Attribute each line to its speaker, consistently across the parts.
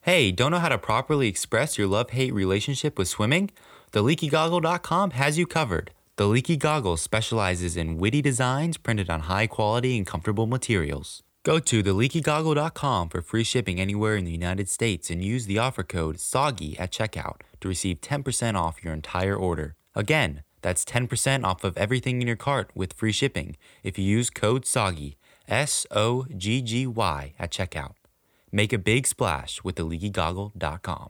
Speaker 1: Hey, don't know how to properly express your love hate relationship with swimming? TheLeakyGoggle.com has you covered. The Leaky Goggle specializes in witty designs printed on high quality and comfortable materials. Go to TheLeakyGoggle.com for free shipping anywhere in the United States and use the offer code SOGGY at checkout to receive 10% off your entire order. Again, that's 10% off of everything in your cart with free shipping if you use code SOGGY, S O G G Y, at checkout. Make a big splash with theleakygoggle.com.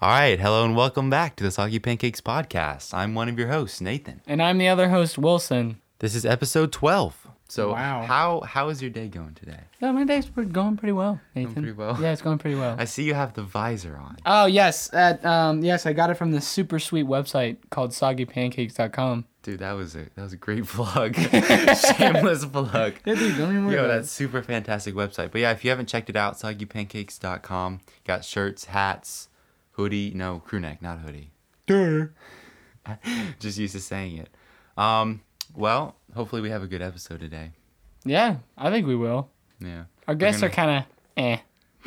Speaker 1: All right, hello and welcome back to the Soggy Pancakes podcast. I'm one of your hosts, Nathan.
Speaker 2: And I'm the other host, Wilson.
Speaker 1: This is episode 12. So
Speaker 2: Wow.
Speaker 1: how how is your day going today?
Speaker 2: Yeah, my day's pre- going pretty well, Nathan.
Speaker 1: pretty well.
Speaker 2: Yeah, it's going pretty well.
Speaker 1: I see you have the visor on.
Speaker 2: oh yes, at, um, yes, I got it from this super sweet website called SoggyPancakes.com.
Speaker 1: Dude, that was a that was a great vlog. Shameless vlog.
Speaker 2: Yeah, dude, don't even worry
Speaker 1: Yo,
Speaker 2: about
Speaker 1: that's super fantastic website. But yeah, if you haven't checked it out, soggypancakes.com. Got shirts, hats, hoodie. No, crew neck, not hoodie. Just used to saying it. Um, well, hopefully we have a good episode today.
Speaker 2: it. Yeah, I think we will.
Speaker 1: Yeah.
Speaker 2: Our guests are kind of eh,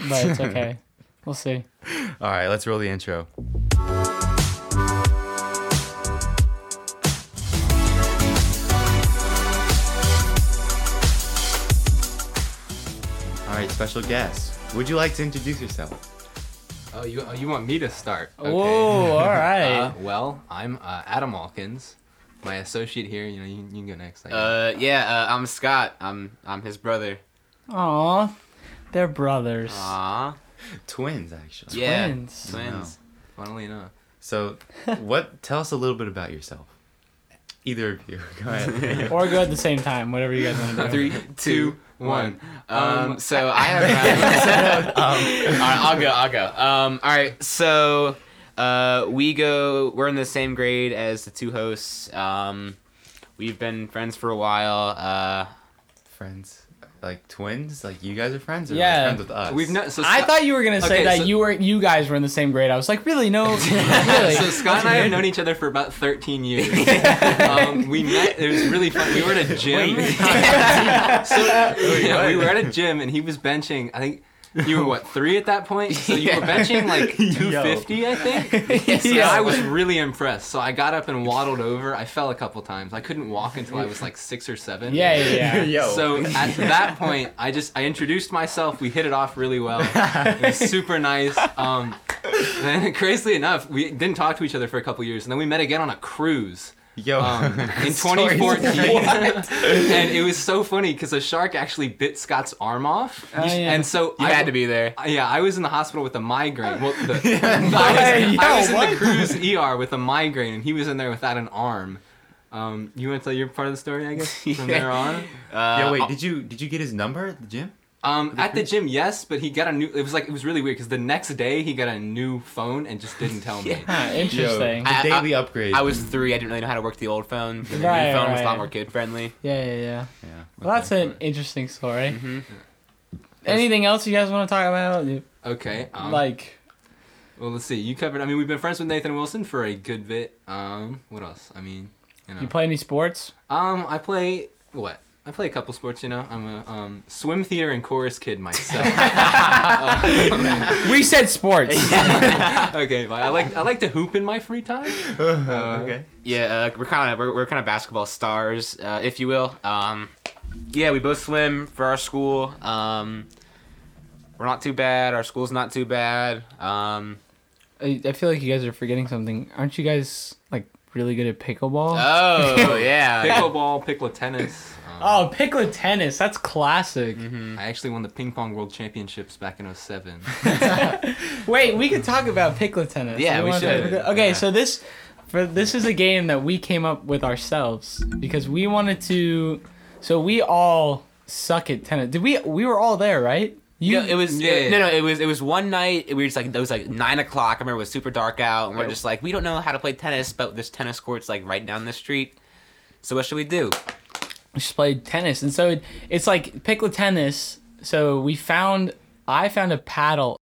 Speaker 2: but it's okay. we'll see.
Speaker 1: are. All right, let's roll the intro. All right, special guest. Would you like to introduce yourself?
Speaker 3: Oh, you oh, you want me to start? Okay.
Speaker 2: Whoa, all
Speaker 3: Uh,
Speaker 2: right.
Speaker 3: well, I'm uh, Adam Alkins, my associate here. You know, you, you can go next. I guess.
Speaker 4: Uh, yeah, uh, I'm Scott. I'm I'm his brother.
Speaker 2: Aw, they're brothers.
Speaker 3: Uh.
Speaker 4: Aw,
Speaker 1: Twins, actually.
Speaker 4: yeah,
Speaker 2: Twins.
Speaker 4: twins.
Speaker 3: Funnily enough,
Speaker 1: So, what? Tell us a little bit about yourself. Either of you. Go ahead.
Speaker 2: Or go at the same time, whatever you guys want to do.
Speaker 3: three, two,
Speaker 4: one.
Speaker 3: one.
Speaker 4: Um, so I have. um, all right, I'll go. I'll go. Um, all right, so uh, we go. We're in the same grade as the two hosts. Um, we've been friends for a while. Uh,
Speaker 1: friends, like twins, like you guys are friends, or like,
Speaker 2: Yeah.
Speaker 1: friends with us.
Speaker 3: We've not. So
Speaker 2: I
Speaker 3: Scott-
Speaker 2: thought you were gonna say
Speaker 3: Okay,
Speaker 2: that
Speaker 3: so-
Speaker 2: you were you guys were in the same grade. I was like, really? No, really.
Speaker 3: So Scott and I have known each other for about 13 years. um, we met. It was really fun. We were at a gym. so, yeah, we were at a gym, and he was benching. I think you were what three at that point. So you were benching like 250, I think. So
Speaker 2: Yo.
Speaker 3: I was really impressed. So I got up and waddled over. I fell a couple times. I couldn't walk until I was like six or seven.
Speaker 2: Yeah, yeah, yeah.
Speaker 1: Yo.
Speaker 3: So at that point, I just I introduced myself. We hit it off really well. It was super nice. Um, then, crazily enough, we didn't talk to each other for a couple years, and then we met again on a cruise
Speaker 1: Yo.
Speaker 3: um, in
Speaker 1: Sorry.
Speaker 3: 2014. and it was so funny because a shark actually bit Scott's arm off,
Speaker 2: Oh, yeah.
Speaker 3: and so
Speaker 4: you
Speaker 3: I
Speaker 4: had to be there.
Speaker 3: Yeah, I was in the hospital with a migraine. Well, the, I
Speaker 2: Hey,
Speaker 3: was,
Speaker 2: yo,
Speaker 3: I was in
Speaker 2: what?
Speaker 3: the cruise ER with a migraine, and he was in there without an arm. Um, you want to tell your part of the story, I guess, from there on.
Speaker 4: Uh,
Speaker 1: Yo, wait. Did you did you get his number at the gym?
Speaker 3: Um, at the gym, yes, but he got a new. It was like it was really weird because the next day he got a new phone and just didn't tell me.
Speaker 2: Huh, interesting.
Speaker 1: Yo,
Speaker 4: I-
Speaker 1: the
Speaker 4: I-
Speaker 1: daily upgrade.
Speaker 4: I was three. I didn't really know how to work the old phone. The
Speaker 2: Right,
Speaker 4: new phone was a
Speaker 2: right.
Speaker 4: lot more kid friendly.
Speaker 2: yeah, yeah, yeah.
Speaker 1: Yeah.
Speaker 2: Well, that's an interesting story. Anything else you guys want to talk about?
Speaker 3: Okay. Um,
Speaker 2: like,
Speaker 3: well, let's see. You covered. I mean, we've been friends with Nathan Wilson for a good bit. Um, what else? I mean, you know.
Speaker 2: you play any sports?
Speaker 3: um, I play what? I play a couple sports. You know, I'm a um swim theater and chorus kid myself.
Speaker 2: We said sports.
Speaker 3: okay, but I like I like to hoop in my free time.
Speaker 1: okay.
Speaker 4: Yeah, uh, we're kind of we're, we're kind of basketball stars, uh, if you will. Um, yeah, we both swim for our school. Um, we're not too bad. Our school's not too bad. Um,
Speaker 2: I, I feel like you guys are forgetting something. Aren't you guys like really good at pickleball?
Speaker 4: oh yeah.
Speaker 3: Pickleball, pickle tennis. Um,
Speaker 2: oh, pickle tennis. That's classic.
Speaker 3: I actually won the ping pong world championships back in 07.
Speaker 2: Wait, we could talk about pickle tennis.
Speaker 4: Yeah, we
Speaker 2: wanna talk
Speaker 4: should.
Speaker 2: about- Okay,
Speaker 4: Yeah.
Speaker 2: so this for this is a game that we came up with ourselves because we wanted to. So we all suck at tennis. Did we? We were all there, right? You,
Speaker 4: No, it was
Speaker 3: Yeah.
Speaker 4: no, no. It was it was one night. We were just like it was like nine o'clock. I remember it was super dark out, and we're just like we don't know how to play tennis, but this tennis court's like right down the street. So what should we do?
Speaker 2: we just played tennis, and so it, it's like pickle tennis. So we found I found a paddle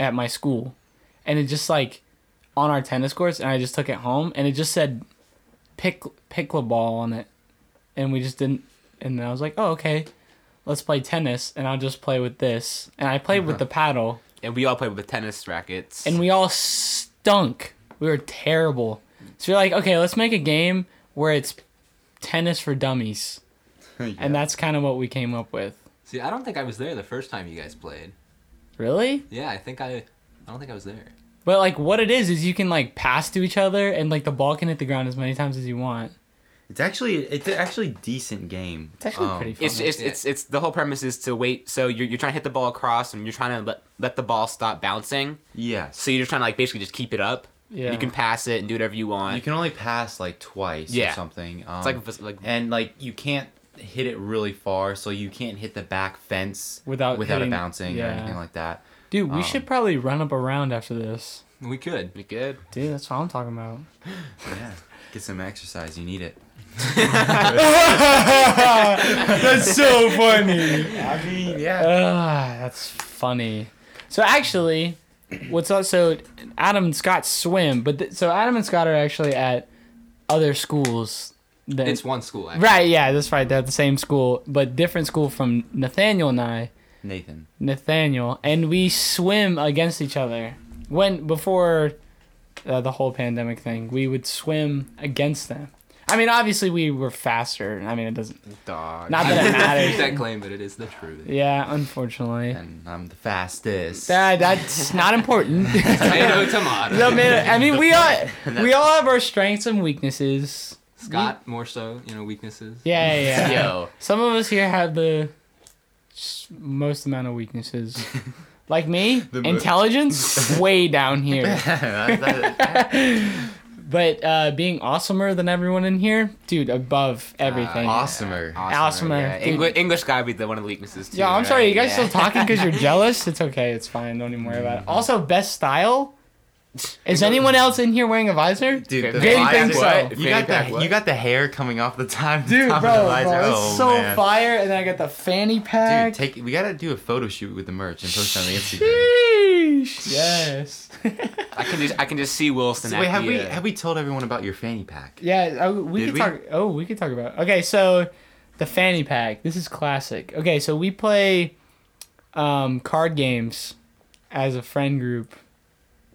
Speaker 2: at my school, and it just like on our tennis courts, and I just took it home, and it just said pick pickleball on it, and we just didn't. And I was like, oh okay, let's play tennis, and I'll just play with this, and I played with the paddle.
Speaker 4: and we all played with tennis rackets.
Speaker 2: and we all stunk. We were terrible. So you're like, okay, let's make a game where it's tennis for dummies, and that's kind of what we came up with.
Speaker 3: See, I don't think I was there the first time you guys played.
Speaker 2: Really?
Speaker 3: Yeah, I think I. I don't think I was there.
Speaker 2: But like, what it is is you can like pass to each other, and like the ball can hit the ground as many times as you want.
Speaker 1: It's actually it's actually decent game.
Speaker 2: It's actually pretty fun.
Speaker 4: Oh. It's it's, it's it's the whole premise is to wait. So you're, you're trying to hit the ball across, and you're trying to let, let the ball stop bouncing.
Speaker 1: Yes.
Speaker 4: So you're just trying to like basically just keep it up.
Speaker 2: Yeah.
Speaker 4: You can pass it and do whatever you want.
Speaker 1: You can only pass like twice or
Speaker 4: Yeah.
Speaker 1: something. Um,
Speaker 4: it's like if it's like
Speaker 1: and like you can't hit it really far, so you can't hit the back fence
Speaker 2: Without
Speaker 1: without
Speaker 2: hitting-
Speaker 1: it bouncing or
Speaker 2: yeah.
Speaker 1: anything like that.
Speaker 2: Dude,
Speaker 4: Oh.
Speaker 2: we
Speaker 1: Um,
Speaker 2: should probably run up a round after this.
Speaker 3: We could.
Speaker 4: we good.
Speaker 2: Dude, that's what I'm talking about.
Speaker 1: Yeah. Get some exercise. You need it.
Speaker 2: that's so funny.
Speaker 1: I mean, yeah.
Speaker 2: Ah, that's funny. So actually, what's up? So Adam and Scott swim, but th- so Adam and Scott are actually at other schools. Than-
Speaker 3: It's one school. Actually.
Speaker 2: right. Yeah, that's right. They're at the same school, but different school from Nathaniel and I.
Speaker 1: Nathan.
Speaker 2: Nathaniel, and we swim against each other. When before uh, the whole pandemic thing, we would swim against them. I mean, obviously we were faster. I mean, it doesn't.
Speaker 4: Dog.
Speaker 2: Not that it
Speaker 3: Make
Speaker 2: matters.
Speaker 3: that claim, but it is the truth.
Speaker 2: Yeah, unfortunately.
Speaker 1: And I'm the fastest.
Speaker 2: That, that's not important.
Speaker 3: Tomato, tomato.
Speaker 2: No, man, I mean, we all we all have our strengths and weaknesses.
Speaker 3: Scott, more so, you know, weaknesses.
Speaker 2: Yeah, yeah. yeah.
Speaker 4: Yo.
Speaker 2: Some of us here have the s- most amount of weaknesses. Like me,
Speaker 1: The mo-
Speaker 2: intelligence way down here.
Speaker 1: That-
Speaker 2: But uh, being awesomer than everyone in here, dude, above
Speaker 1: Uh,
Speaker 2: everything.
Speaker 1: awesomer.
Speaker 2: Awesomer,
Speaker 4: Yeah.
Speaker 2: dude.
Speaker 4: Engli- English guy would be the one of the weaknesses too.
Speaker 2: yeah, I'm sorry,
Speaker 4: right?
Speaker 2: you guys still
Speaker 4: Yeah.
Speaker 2: talking because you're jealous? It's okay, it's fine. Don't even worry about it.
Speaker 1: Mm.
Speaker 2: Also, best style. Is anyone else in here wearing a visor?
Speaker 1: Dude, the
Speaker 2: Very
Speaker 1: visor-
Speaker 2: thankful.
Speaker 1: what? You got
Speaker 4: Very
Speaker 1: the you got the hair coming off the time.
Speaker 2: Dude, bro,
Speaker 1: top of the
Speaker 2: bro,
Speaker 1: visor. oh,
Speaker 2: it's so
Speaker 1: man.
Speaker 2: fire. And then I got the fanny pack.
Speaker 1: Dude, take we gotta do a photo shoot with the merch and post it on the Instagram.
Speaker 2: Sheesh. Yes.
Speaker 4: I can just I can just see Wilson.
Speaker 1: So
Speaker 4: at
Speaker 1: wait, have
Speaker 4: the,
Speaker 1: we
Speaker 4: uh,
Speaker 1: have we told everyone about your fanny pack?
Speaker 2: yeah, oh, we
Speaker 1: Did
Speaker 2: could
Speaker 1: we?
Speaker 2: talk. Oh, we could talk about. Okay, so the fanny pack. This is classic. Okay, so we play um, card games as a friend group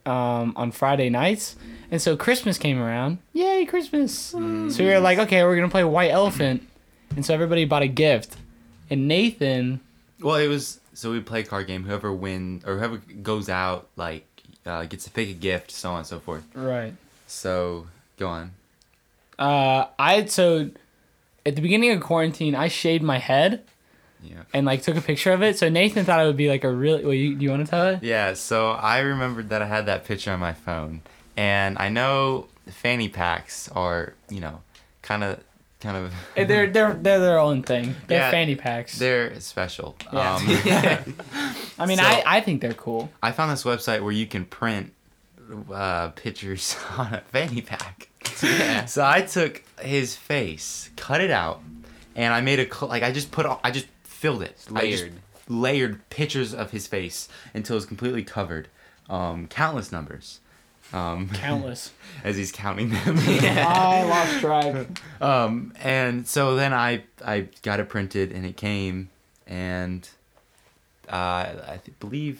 Speaker 2: um, on Friday nights, and so Christmas came around. Yay, Christmas!
Speaker 1: Mm-hmm.
Speaker 2: So we were like, okay, we're gonna play White Elephant, and so everybody bought a gift, and Nathan.
Speaker 1: Well, it was so we play a card game. Whoever wins or whoever goes out like uh, gets to pick a gift, so on and so forth.
Speaker 2: Right.
Speaker 1: So go on.
Speaker 2: Uh, I so at the beginning of quarantine, I shaved my head
Speaker 1: Yeah.
Speaker 2: and like took a picture of it. So Nathan thought it would be like a really. Well, you, do you want to tell it?
Speaker 1: Yeah. So I remembered that I had that picture on my phone, and I know fanny packs are you know kind of kind of
Speaker 2: Eh, They're they're they're their own thing. They're
Speaker 1: Yeah.
Speaker 2: fanny packs.
Speaker 1: they're special.
Speaker 2: Yeah.
Speaker 1: Um,
Speaker 2: I mean,
Speaker 1: so-
Speaker 2: I I think they're cool.
Speaker 1: I found this website where you can print uh, pictures on a fanny pack. So I took his face, cut it out, and I made a cl- like I just put all- I just filled it I just
Speaker 4: Layered.
Speaker 1: layered pictures of his face until it was completely covered, um, countless numbers, um,
Speaker 2: Countless.
Speaker 1: as he's counting them.
Speaker 2: I lost track.
Speaker 1: Um, and so then I I got it printed and it came, and uh, I th- believe. you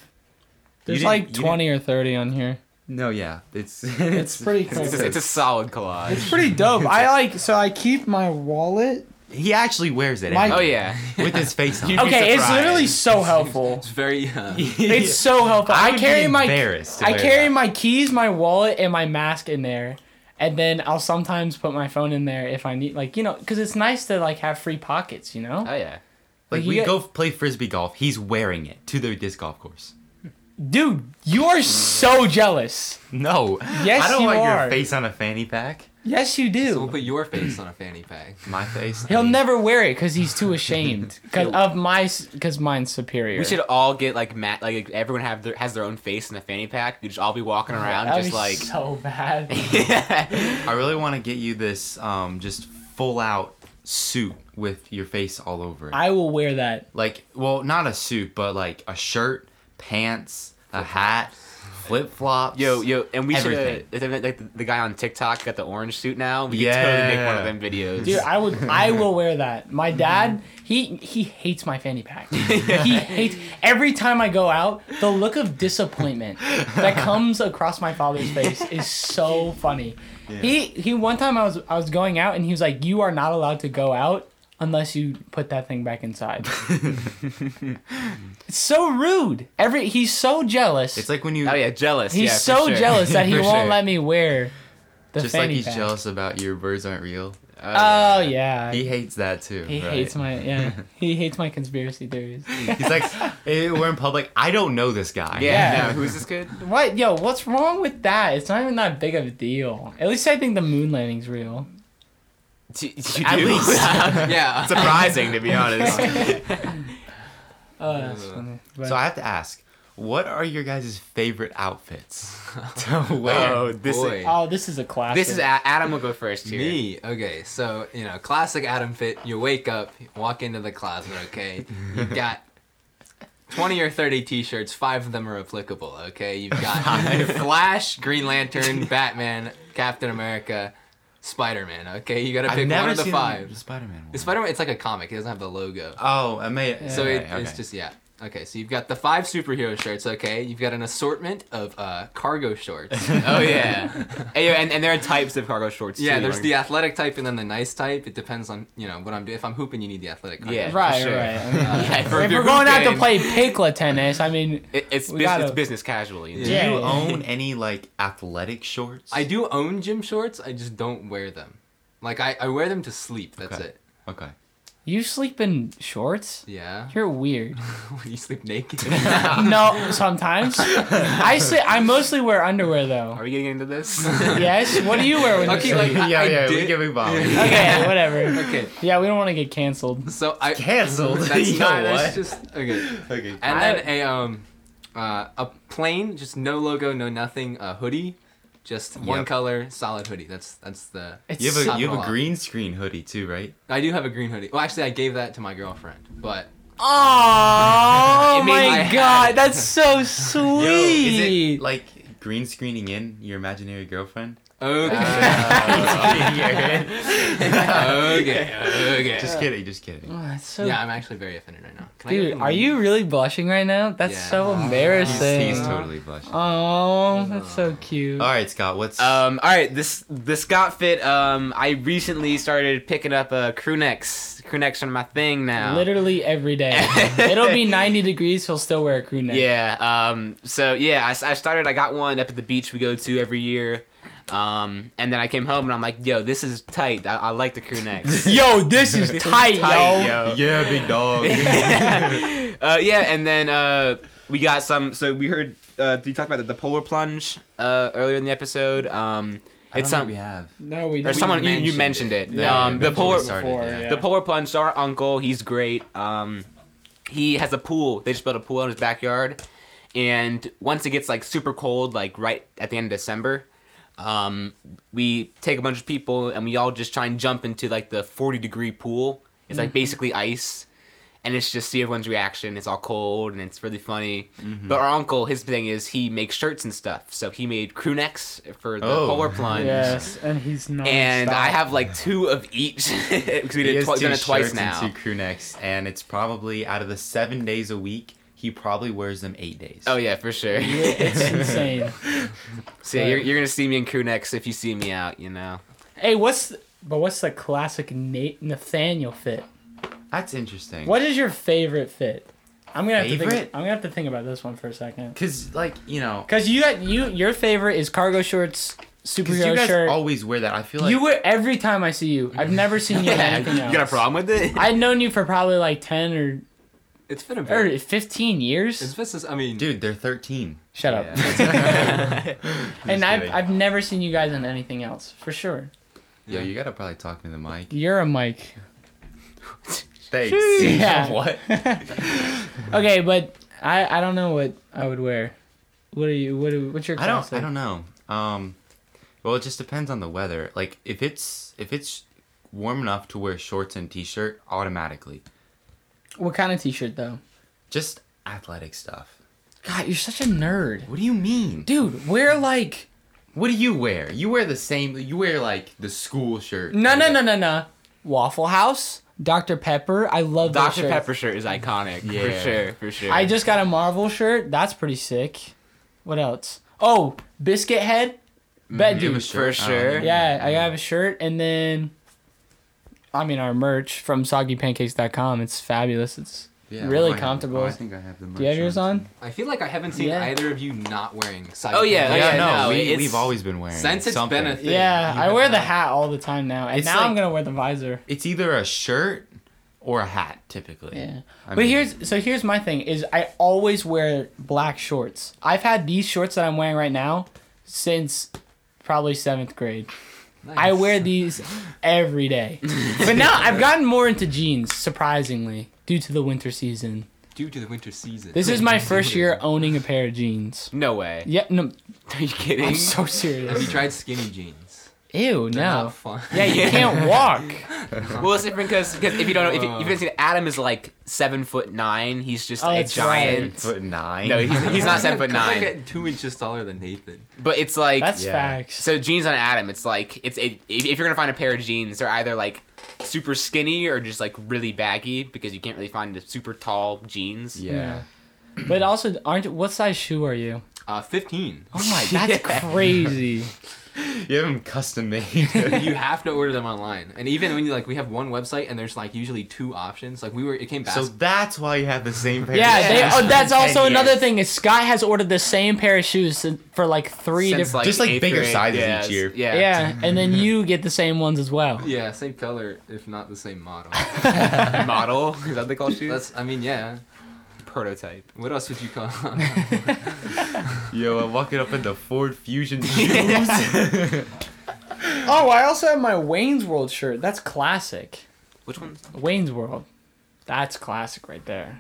Speaker 2: There's
Speaker 1: didn't-
Speaker 2: like
Speaker 1: you didn't-
Speaker 2: twenty or thirty on here.
Speaker 1: No, yeah, it's it's,
Speaker 2: pretty
Speaker 4: It's, a- it's a solid collage.
Speaker 2: It's pretty dope. I like so I keep my wallet.
Speaker 1: He actually wears it
Speaker 2: My-
Speaker 1: every-
Speaker 4: oh yeah.
Speaker 1: with his face on.
Speaker 4: You'd be
Speaker 2: Okay, it's
Speaker 4: surprised.
Speaker 2: literally so helpful.
Speaker 3: It's very. Uh,
Speaker 2: It's so helpful.
Speaker 1: I
Speaker 2: I,
Speaker 1: would be
Speaker 2: carry my
Speaker 1: embarrassed to
Speaker 2: I
Speaker 1: wear
Speaker 2: carry
Speaker 1: that.
Speaker 2: my keys, my wallet, and my mask in there, and then I'll sometimes put my phone in there if I need, like you know, because it's nice to like have free pockets, you know.
Speaker 4: Oh yeah.
Speaker 1: like
Speaker 2: you
Speaker 1: we
Speaker 2: get-
Speaker 1: go play frisbee golf. He's wearing it to the disc golf course.
Speaker 2: Dude, you are so jealous.
Speaker 1: No,
Speaker 2: Yes,
Speaker 1: I don't
Speaker 2: you
Speaker 1: want
Speaker 2: are.
Speaker 1: your face on a fanny pack.
Speaker 2: Yes, you
Speaker 3: we'll
Speaker 2: do.
Speaker 3: put your face on a fanny pack.
Speaker 1: My face.
Speaker 2: He'll never wear it because he's too ashamed. Cause of my, s- cause mine's superior.
Speaker 4: We should all get like Matt. Like everyone have their has their own face in a fanny pack. We just all be walking around,
Speaker 2: That'd
Speaker 4: just
Speaker 2: be
Speaker 4: like.
Speaker 2: so bad.
Speaker 1: I really want to get you this um just full out suit with your face all over it.
Speaker 2: I will wear that.
Speaker 1: like, well, not a suit, but like a shirt, pants, a hat, flip flops.
Speaker 4: Yo, yo, and we should.
Speaker 1: Everything.
Speaker 4: Uh, like the, the guy on TikTok got the orange suit now. We
Speaker 1: Yeah.
Speaker 4: can totally make one of them videos.
Speaker 2: Dude, I would, I will wear that. My dad, he he hates my fanny pack. He hates every time I go out. The look of disappointment that comes across my father's face is so funny. He he. One time I was I was going out and he was like, "You are not allowed to go out unless you put that thing back inside." it's so rude. Every he's so jealous.
Speaker 1: It's like when you.
Speaker 4: oh yeah, jealous.
Speaker 2: he's
Speaker 4: yeah, for
Speaker 2: so
Speaker 4: sure.
Speaker 2: jealous that he
Speaker 1: For
Speaker 2: won't
Speaker 1: sure.
Speaker 2: let me wear the
Speaker 1: Just like
Speaker 2: fanny
Speaker 1: he's
Speaker 2: pack.
Speaker 1: jealous about your birds aren't real.
Speaker 4: Oh,
Speaker 2: Oh yeah.
Speaker 1: He hates that too.
Speaker 2: He
Speaker 1: right?
Speaker 2: hates my yeah. he hates my conspiracy theories.
Speaker 1: He's like, eh, we're in public. I don't know this guy.
Speaker 4: yeah.
Speaker 2: Yeah.
Speaker 4: no, who's this kid?
Speaker 2: What yo? What's wrong with that? It's not even that big of a deal. At least I think the moon landing's real.
Speaker 4: Do- you
Speaker 1: At
Speaker 4: do?
Speaker 1: least.
Speaker 4: yeah.
Speaker 1: Surprising, to be honest.
Speaker 2: Oh, that's funny. But
Speaker 1: So I have to ask, what are your guys' favorite outfits to wear?
Speaker 4: Oh, this
Speaker 3: Boy.
Speaker 4: is
Speaker 2: oh, this is a classic.
Speaker 4: this is A- Adam will go first here.
Speaker 3: Me, okay, so you know, classic Adam fit. You wake up, you walk into the closet, okay. You've got twenty or thirty T-shirts. Five of them are applicable, okay. You've got Flash, Green Lantern, Batman, Captain America, Spider Man. Okay, you got to
Speaker 1: I've
Speaker 3: pick
Speaker 1: never
Speaker 3: one of the
Speaker 1: seen
Speaker 3: five.
Speaker 1: Spider-Man. One.
Speaker 3: Spider Man, it's like a comic. It doesn't have the logo.
Speaker 1: oh, I may.
Speaker 3: So
Speaker 1: okay,
Speaker 3: it, it's
Speaker 1: okay.
Speaker 3: just yeah. Okay, so you've got the five superhero shirts. Okay, you've got an assortment of uh, cargo shorts.
Speaker 4: Oh yeah. hey, yo, and, and there are types of cargo shorts.
Speaker 3: yeah,
Speaker 4: too.
Speaker 3: there's the athletic type and then the nice type. It depends on you know what I'm doing. If I'm hooping, you need the athletic. Uh, cargo.
Speaker 4: Yeah. for
Speaker 2: right,
Speaker 4: sure.
Speaker 2: right. I mean,
Speaker 4: Yeah, for
Speaker 2: if
Speaker 4: your
Speaker 2: we're going out to
Speaker 4: hooping.
Speaker 2: play pickla tennis, I mean,
Speaker 4: It- it's,
Speaker 2: We
Speaker 4: bus-
Speaker 2: gotta-
Speaker 4: it's business casual. You know?
Speaker 1: Do
Speaker 2: Yeah.
Speaker 1: you own any like athletic shorts?
Speaker 3: I do own gym shorts. I just don't wear them. Like I, I wear them to sleep. That's
Speaker 1: Okay.
Speaker 3: it.
Speaker 1: Okay.
Speaker 2: you sleep in shorts.
Speaker 3: Yeah.
Speaker 2: You're weird.
Speaker 3: you sleep naked.
Speaker 2: no, sometimes I sleep. I mostly wear underwear though.
Speaker 4: Are we getting into this?
Speaker 2: Yes. What do you wear when you
Speaker 3: Okay,
Speaker 2: sleep?
Speaker 3: like- I-
Speaker 1: yeah,
Speaker 3: I
Speaker 1: yeah. We're
Speaker 3: did-
Speaker 1: giving Bobby
Speaker 2: okay, whatever.
Speaker 3: okay.
Speaker 2: Yeah, we don't want to get canceled.
Speaker 3: So I
Speaker 1: canceled.
Speaker 3: that's
Speaker 1: You know
Speaker 3: not. That's
Speaker 1: what?
Speaker 3: just okay.
Speaker 1: Okay.
Speaker 3: And then a um, uh, a plain, just no logo, no nothing, a hoodie, just one
Speaker 1: Yep.
Speaker 3: color, solid hoodie. That's that's the.
Speaker 2: It's
Speaker 1: You have a
Speaker 3: Suck
Speaker 1: you have
Speaker 3: a
Speaker 1: a
Speaker 3: lot.
Speaker 1: green screen hoodie too, right?
Speaker 3: I do have a green hoodie. Well, actually, I gave that to my girlfriend, but
Speaker 2: Oh
Speaker 4: It means I
Speaker 2: my
Speaker 4: had
Speaker 2: god, that's so sweet.
Speaker 1: Is it like green screening in your imaginary girlfriend?
Speaker 3: okay, okay, okay.
Speaker 1: Just kidding. Just kidding.
Speaker 2: Oh, that's so.
Speaker 3: yeah, I'm actually very offended right now. Can I
Speaker 2: Dude,
Speaker 3: get-
Speaker 2: are you really blushing right now? That's
Speaker 3: Yeah.
Speaker 2: so
Speaker 1: He's,
Speaker 2: embarrassing.
Speaker 1: he's totally blushing.
Speaker 2: oh, that's so cute.
Speaker 1: All right, Scott. What's
Speaker 4: Um, all right, this the Scott fit. Um, I recently started picking up uh, crew necks. Crew necks are my thing now.
Speaker 2: Literally every day. It'll be 90 degrees, he'll still wear a crew neck.
Speaker 4: Yeah. Um. So yeah, I, s- I started. I got one up at the beach we go to every year. Um. And then I came home and I'm like, yo, this is tight. I, I like the crew necks.
Speaker 2: Yo, this is tight, yo.
Speaker 1: Yeah, big dog.
Speaker 4: uh, yeah, and then uh, we got some. So we heard uh, you talked about the, the polar plunge uh, earlier in the episode. Um, it's
Speaker 1: something we
Speaker 4: some
Speaker 1: have.
Speaker 2: No, we
Speaker 4: or
Speaker 2: we-
Speaker 4: someone you, you
Speaker 3: mentioned
Speaker 4: mentioned
Speaker 3: it.
Speaker 4: it.
Speaker 2: Yeah,
Speaker 4: um, the
Speaker 1: before
Speaker 4: polar
Speaker 1: we started,
Speaker 2: before,
Speaker 1: yeah.
Speaker 2: yeah.
Speaker 4: the polar plunge. Our uncle, he's great. Um, he has a pool. They just built a pool in his backyard, and once it gets like super cold, like right at the end of December. Um, we take a bunch of people and we all just try and jump into like the 40 degree pool. It's like basically ice and it's just see everyone's reaction. It's all cold and it's really funny. But our uncle, his thing is he makes shirts and stuff. So he made crew necks for the
Speaker 1: Oh.
Speaker 4: polar plunge.
Speaker 2: Yes, and he's not.
Speaker 4: And I have like two of each because we
Speaker 1: He
Speaker 4: did
Speaker 1: has
Speaker 4: twi-
Speaker 1: two
Speaker 4: done it twice
Speaker 1: shirts
Speaker 4: now.
Speaker 1: And two crew necks, and it's probably out of the seven days a week, he probably wears them eight days.
Speaker 4: Oh yeah, for sure.
Speaker 2: It's insane.
Speaker 4: so yeah, you're, you're gonna see me in crew necks if you see me out. You know.
Speaker 2: Hey, what's th- but what's the classic Nate Nathaniel fit?
Speaker 1: that's interesting.
Speaker 2: What is your favorite fit? I'm gonna have to
Speaker 1: Favorite?
Speaker 2: think. I'm gonna have to think about this one for a second.
Speaker 1: Because like you know,
Speaker 2: Cause you got you your favorite is cargo shorts,
Speaker 1: 'cause
Speaker 2: superhero
Speaker 1: you guys
Speaker 2: shirt.
Speaker 1: always wear that. I feel like
Speaker 2: you wear every time I see you. I've never seen you in anything else.
Speaker 4: you got a problem with it?
Speaker 2: I've known you for probably like ten
Speaker 3: It's been a
Speaker 2: or
Speaker 3: bit.
Speaker 2: or fifteen
Speaker 3: It's
Speaker 2: years.
Speaker 3: this is. I mean,
Speaker 1: dude, they're thirteen.
Speaker 2: Shut up. and I've
Speaker 1: kidding.
Speaker 2: I've never seen you guys in anything else for sure.
Speaker 1: Yo, you gotta probably talk to the mic.
Speaker 2: You're a mic.
Speaker 1: Thanks.
Speaker 2: Yeah.
Speaker 1: What?
Speaker 2: Okay, but I I don't know what I would wear. What are you? What are, what's your
Speaker 1: I don't.
Speaker 2: classic?
Speaker 1: I don't know. Um, well, it just depends on the weather. Like if it's if it's warm enough to wear shorts and t-shirt automatically,
Speaker 2: What kind of t-shirt though?
Speaker 1: just athletic stuff.
Speaker 2: God, you're such a nerd.
Speaker 1: What do you mean?
Speaker 2: Dude, we're like
Speaker 1: What do you wear? You wear the same. You wear like the school shirt.
Speaker 2: no no no no no. Waffle House, Dr. Pepper. I love those
Speaker 4: Dr.
Speaker 2: shirts.
Speaker 4: Pepper shirt is iconic. For
Speaker 1: Yeah.
Speaker 4: sure, for sure.
Speaker 2: I just got a Marvel shirt. That's pretty sick. What else? Oh, Biscuit Head. Bet
Speaker 1: You have a
Speaker 2: dude.
Speaker 1: shirt
Speaker 4: for
Speaker 1: on.
Speaker 4: sure.
Speaker 2: Yeah, I have a shirt and then I mean our merch from soggypancakes.com. It's fabulous. It's
Speaker 1: Yeah,
Speaker 2: Really
Speaker 1: I have-
Speaker 2: comfortable.
Speaker 1: oh, I think I have the.
Speaker 2: Do you have yours on?
Speaker 3: I feel like I haven't seen
Speaker 2: Yeah.
Speaker 3: either of you not wearing side.
Speaker 4: Oh,
Speaker 1: Yeah,
Speaker 4: yeah, yeah,
Speaker 1: no,
Speaker 4: no,
Speaker 1: we,
Speaker 4: it's-
Speaker 1: we've always been wearing
Speaker 3: Since it's
Speaker 1: something.
Speaker 3: been a thing.
Speaker 2: Yeah,
Speaker 3: you
Speaker 2: I
Speaker 3: have
Speaker 2: wear the
Speaker 3: not-
Speaker 2: hat all the time now. And
Speaker 4: It's
Speaker 2: now I'm
Speaker 4: like-
Speaker 2: going to wear the visor.
Speaker 1: It's either a shirt or a hat, typically.
Speaker 2: Yeah.
Speaker 1: I
Speaker 2: but
Speaker 1: mean-
Speaker 2: here's so here's my thing is I always wear black shorts. I've had these shorts that I'm wearing right now since probably 7th grade. I
Speaker 3: Nice.
Speaker 2: wear these every day. but now I've gotten more into jeans surprisingly due to the winter season.
Speaker 3: due to the winter season.
Speaker 2: This is my first year owning a pair of jeans.
Speaker 4: no way.
Speaker 2: Yeah, no,
Speaker 4: Are you kidding?
Speaker 2: I'm so
Speaker 3: Have you
Speaker 2: serious.
Speaker 3: tried skinny jeans?
Speaker 2: Ew,
Speaker 3: They're
Speaker 2: no.
Speaker 3: Not fun.
Speaker 2: Yeah, you can't walk.
Speaker 4: well, it's different because if you don't know, if you, if you haven't seen, Adam is like seven foot nine. He's just
Speaker 2: Oh,
Speaker 4: a
Speaker 2: that's right.
Speaker 4: giant.
Speaker 1: Foot nine.
Speaker 4: No, he's, he's not seven foot
Speaker 3: Because I
Speaker 4: nine.
Speaker 3: get two inches taller than Nathan.
Speaker 4: But it's like
Speaker 2: That's
Speaker 1: Yeah.
Speaker 2: facts.
Speaker 4: so jeans on Adam. It's like it's it, if if you're gonna find a pair of jeans, they're either like super skinny or just like really baggy because you can't really find the super tall jeans.
Speaker 1: Yeah.
Speaker 2: But also, aren't what size shoe are you?
Speaker 3: Uh, 15.
Speaker 2: Oh my, that's
Speaker 4: Yeah.
Speaker 2: crazy.
Speaker 1: You have them custom made.
Speaker 3: you have to order them online, and even when you like, we have one website, and there's like usually two options. Like we were, it came back.
Speaker 1: so that's why you have the same pair.
Speaker 2: Yeah, they,
Speaker 4: Yeah.
Speaker 2: oh, that's
Speaker 4: Ten
Speaker 2: also
Speaker 4: years.
Speaker 2: another thing is Scott has ordered the same pair of shoes sin- for like Mm-hmm. three
Speaker 4: Since,
Speaker 2: different.
Speaker 1: Just, like,
Speaker 4: eighth
Speaker 1: bigger
Speaker 4: grade.
Speaker 1: sizes
Speaker 4: Yeah,
Speaker 1: each year.
Speaker 4: Yeah.
Speaker 2: yeah, and then you get the same ones as well.
Speaker 3: yeah, same color, if not the same model.
Speaker 4: Model is that what they call shoes?
Speaker 3: That's, I mean, yeah.
Speaker 4: prototype.
Speaker 3: What else would you call?
Speaker 1: Yo, I'm walking up in the Ford Fusion shoes.
Speaker 2: Oh, I also have my Wayne's World shirt. That's classic.
Speaker 4: Which one?
Speaker 2: Wayne's World. That's classic right there.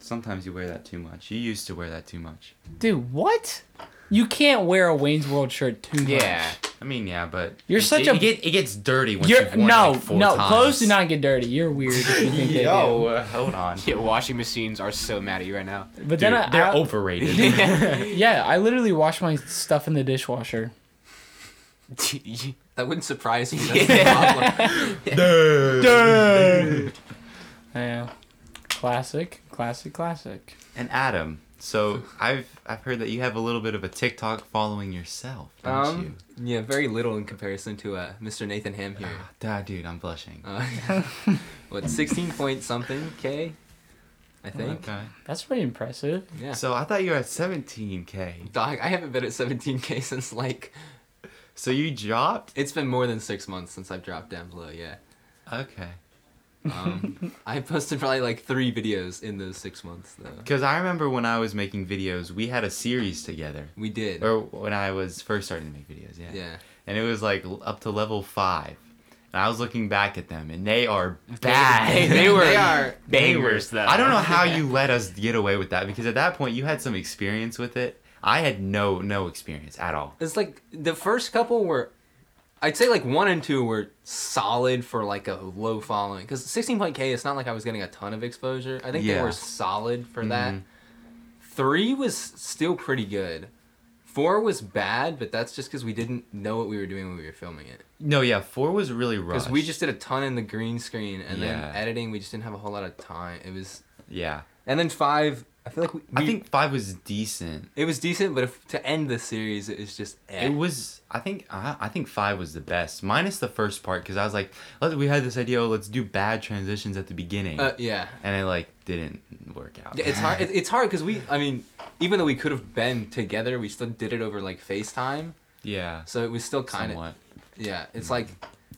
Speaker 1: Sometimes you wear that too much. You used to wear that too much.
Speaker 2: Dude, what? You can't wear a Wayne's World shirt too much.
Speaker 4: Yeah.
Speaker 1: I mean, yeah, but
Speaker 2: You're
Speaker 1: it-
Speaker 2: such
Speaker 1: it,
Speaker 2: a-
Speaker 1: it, get, it gets dirty when
Speaker 2: You're
Speaker 1: you've worn
Speaker 2: no,
Speaker 1: it like four
Speaker 2: no.
Speaker 1: times.
Speaker 2: Clothes do not get dirty. You're weird if you think they do.
Speaker 1: Yo, uh, hold on.
Speaker 4: Yeah, washing machines are so mad at you right now.
Speaker 2: But
Speaker 1: Dude,
Speaker 2: then I,
Speaker 1: they're
Speaker 2: I-
Speaker 1: overrated.
Speaker 2: yeah, I literally wash my stuff in the dishwasher.
Speaker 3: that wouldn't surprise me. That's the problem.
Speaker 2: Yeah. Classic, classic, classic.
Speaker 1: And Adam, so I've I've heard that you have a little bit of a TikTok following yourself, don't you?
Speaker 3: Um, yeah, very little in comparison to uh, Mr. Nathan Ham here.
Speaker 1: Ah, dude, I'm blushing.
Speaker 3: Uh, what, 16 point something K? I think.
Speaker 1: Okay.
Speaker 2: That's pretty impressive.
Speaker 3: Yeah.
Speaker 1: So I thought you were at 17k.
Speaker 3: Dog, I haven't been at 17K since like,
Speaker 1: So you dropped?
Speaker 3: it's been more than six months since I've dropped down below, yeah.
Speaker 1: Okay.
Speaker 3: Um, I posted probably like three videos in those six months, though.
Speaker 1: Because I remember when I was making videos, we had a series together.
Speaker 3: We did.
Speaker 1: Or when I was first starting to make videos, yeah.
Speaker 3: yeah.
Speaker 1: And it was like l- up to level five. And I was looking back at them, and they are bad.
Speaker 4: They, they were
Speaker 3: They are-
Speaker 4: bangers though.
Speaker 1: I don't know how you let us get away with that because at that point you had some experience with it. I had no no experience at all.
Speaker 3: It's like the first couple were, I'd say like one and two were solid for like a low following. Because 16.k, it's not like I was getting a ton of exposure. I think
Speaker 1: Yeah.
Speaker 3: they were solid for that. Three was still pretty good. Four was bad, but that's just because we didn't know what we were doing when we were filming it.
Speaker 1: No, yeah, four was really rough.
Speaker 3: Because we just did a ton in the green screen, and
Speaker 1: Yeah.
Speaker 3: then editing, we just didn't have a whole lot of time. It was,
Speaker 1: yeah.
Speaker 3: and then five, I feel like we,
Speaker 1: I think five was decent.
Speaker 3: it was decent, but if, to end the series, it was just eh.
Speaker 1: It was. I think. I, I think five was the best, minus the first part, because I was like, let we had this idea. oh, Let's do bad transitions at the beginning,
Speaker 3: uh, yeah.
Speaker 1: and it like didn't work out.
Speaker 3: Yeah, it's hard. it- It's hard because we. I mean, even though we could have been together, we still did it over like FaceTime.
Speaker 1: yeah.
Speaker 3: So it was still kind of.
Speaker 1: Somewhat. Mm.
Speaker 3: Yeah, it's like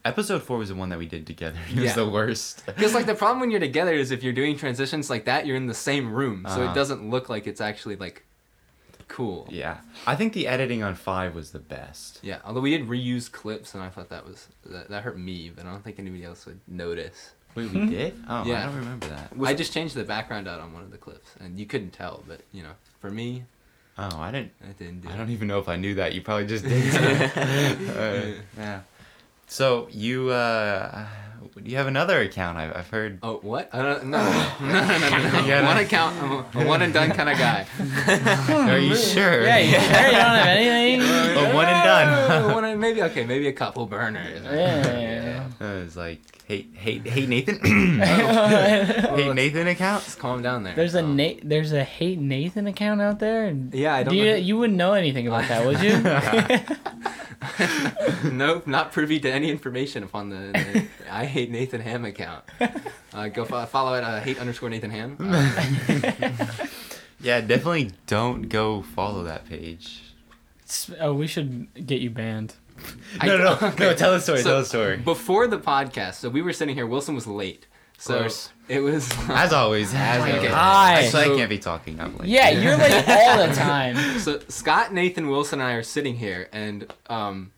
Speaker 1: Episode four was the one that we did together. It was
Speaker 3: Yeah.
Speaker 1: the worst.
Speaker 3: because like the problem when you're together is if you're doing transitions like that, you're in the same room, so
Speaker 1: Uh-huh.
Speaker 3: it doesn't look like it's actually like cool. Yeah.
Speaker 1: yeah, I think the editing on five was the best.
Speaker 3: although we did reuse clips, and I thought that was that, that hurt me, but I don't think anybody else would notice.
Speaker 1: Wait, we did? Oh, I
Speaker 3: Yeah.
Speaker 1: don't remember that.
Speaker 3: I just changed the background out on one of the clips, and you couldn't tell, but you know, for me,
Speaker 1: Oh, I didn't.
Speaker 3: I didn't do.
Speaker 1: I
Speaker 3: it.
Speaker 1: don't even know if I knew that. You probably just did. so. Uh, yeah. So you uh, you have another account. I've, I've heard.
Speaker 3: Oh, what? I don't, no, no, no, no, no, no.
Speaker 1: Yeah, no.
Speaker 3: One account, I'm a one and done kind of guy.
Speaker 1: Are you sure?
Speaker 2: Yeah, you sure you don't have anything?
Speaker 1: A one and done.
Speaker 3: one and, maybe okay, maybe a couple burners.
Speaker 2: Yeah.
Speaker 1: It was Uh, like hate hate hate Nathan hate Nathan accounts.
Speaker 3: Just calm down there. Oh.
Speaker 2: There's a Nate. There's a hate Nathan account out there. and-
Speaker 3: Yeah, I don't
Speaker 2: Do you,
Speaker 3: know.
Speaker 2: you wouldn't know anything about that, would you?
Speaker 3: nope, not privy to any information upon the, the I hate Nathan Ham account. Uh, go fo- follow it. Uh, hate underscore Nathan Ham. Uh,
Speaker 1: Yeah, definitely don't go follow that page.
Speaker 2: S- oh, we should get you banned.
Speaker 3: I-
Speaker 1: no, no, no. Tell the story.
Speaker 3: So-
Speaker 1: tell the story.
Speaker 3: Before the podcast, so we were sitting here. Wilson was late, so
Speaker 4: Gross.
Speaker 3: it was.
Speaker 1: As always, as
Speaker 3: Okay.
Speaker 1: always.
Speaker 2: Hi.
Speaker 1: Actually, I
Speaker 3: So-
Speaker 1: can't be talking. I'm like,
Speaker 2: Yeah, you're like all the time.
Speaker 3: so Scott, Nathan, Wilson, and I are sitting here, and um,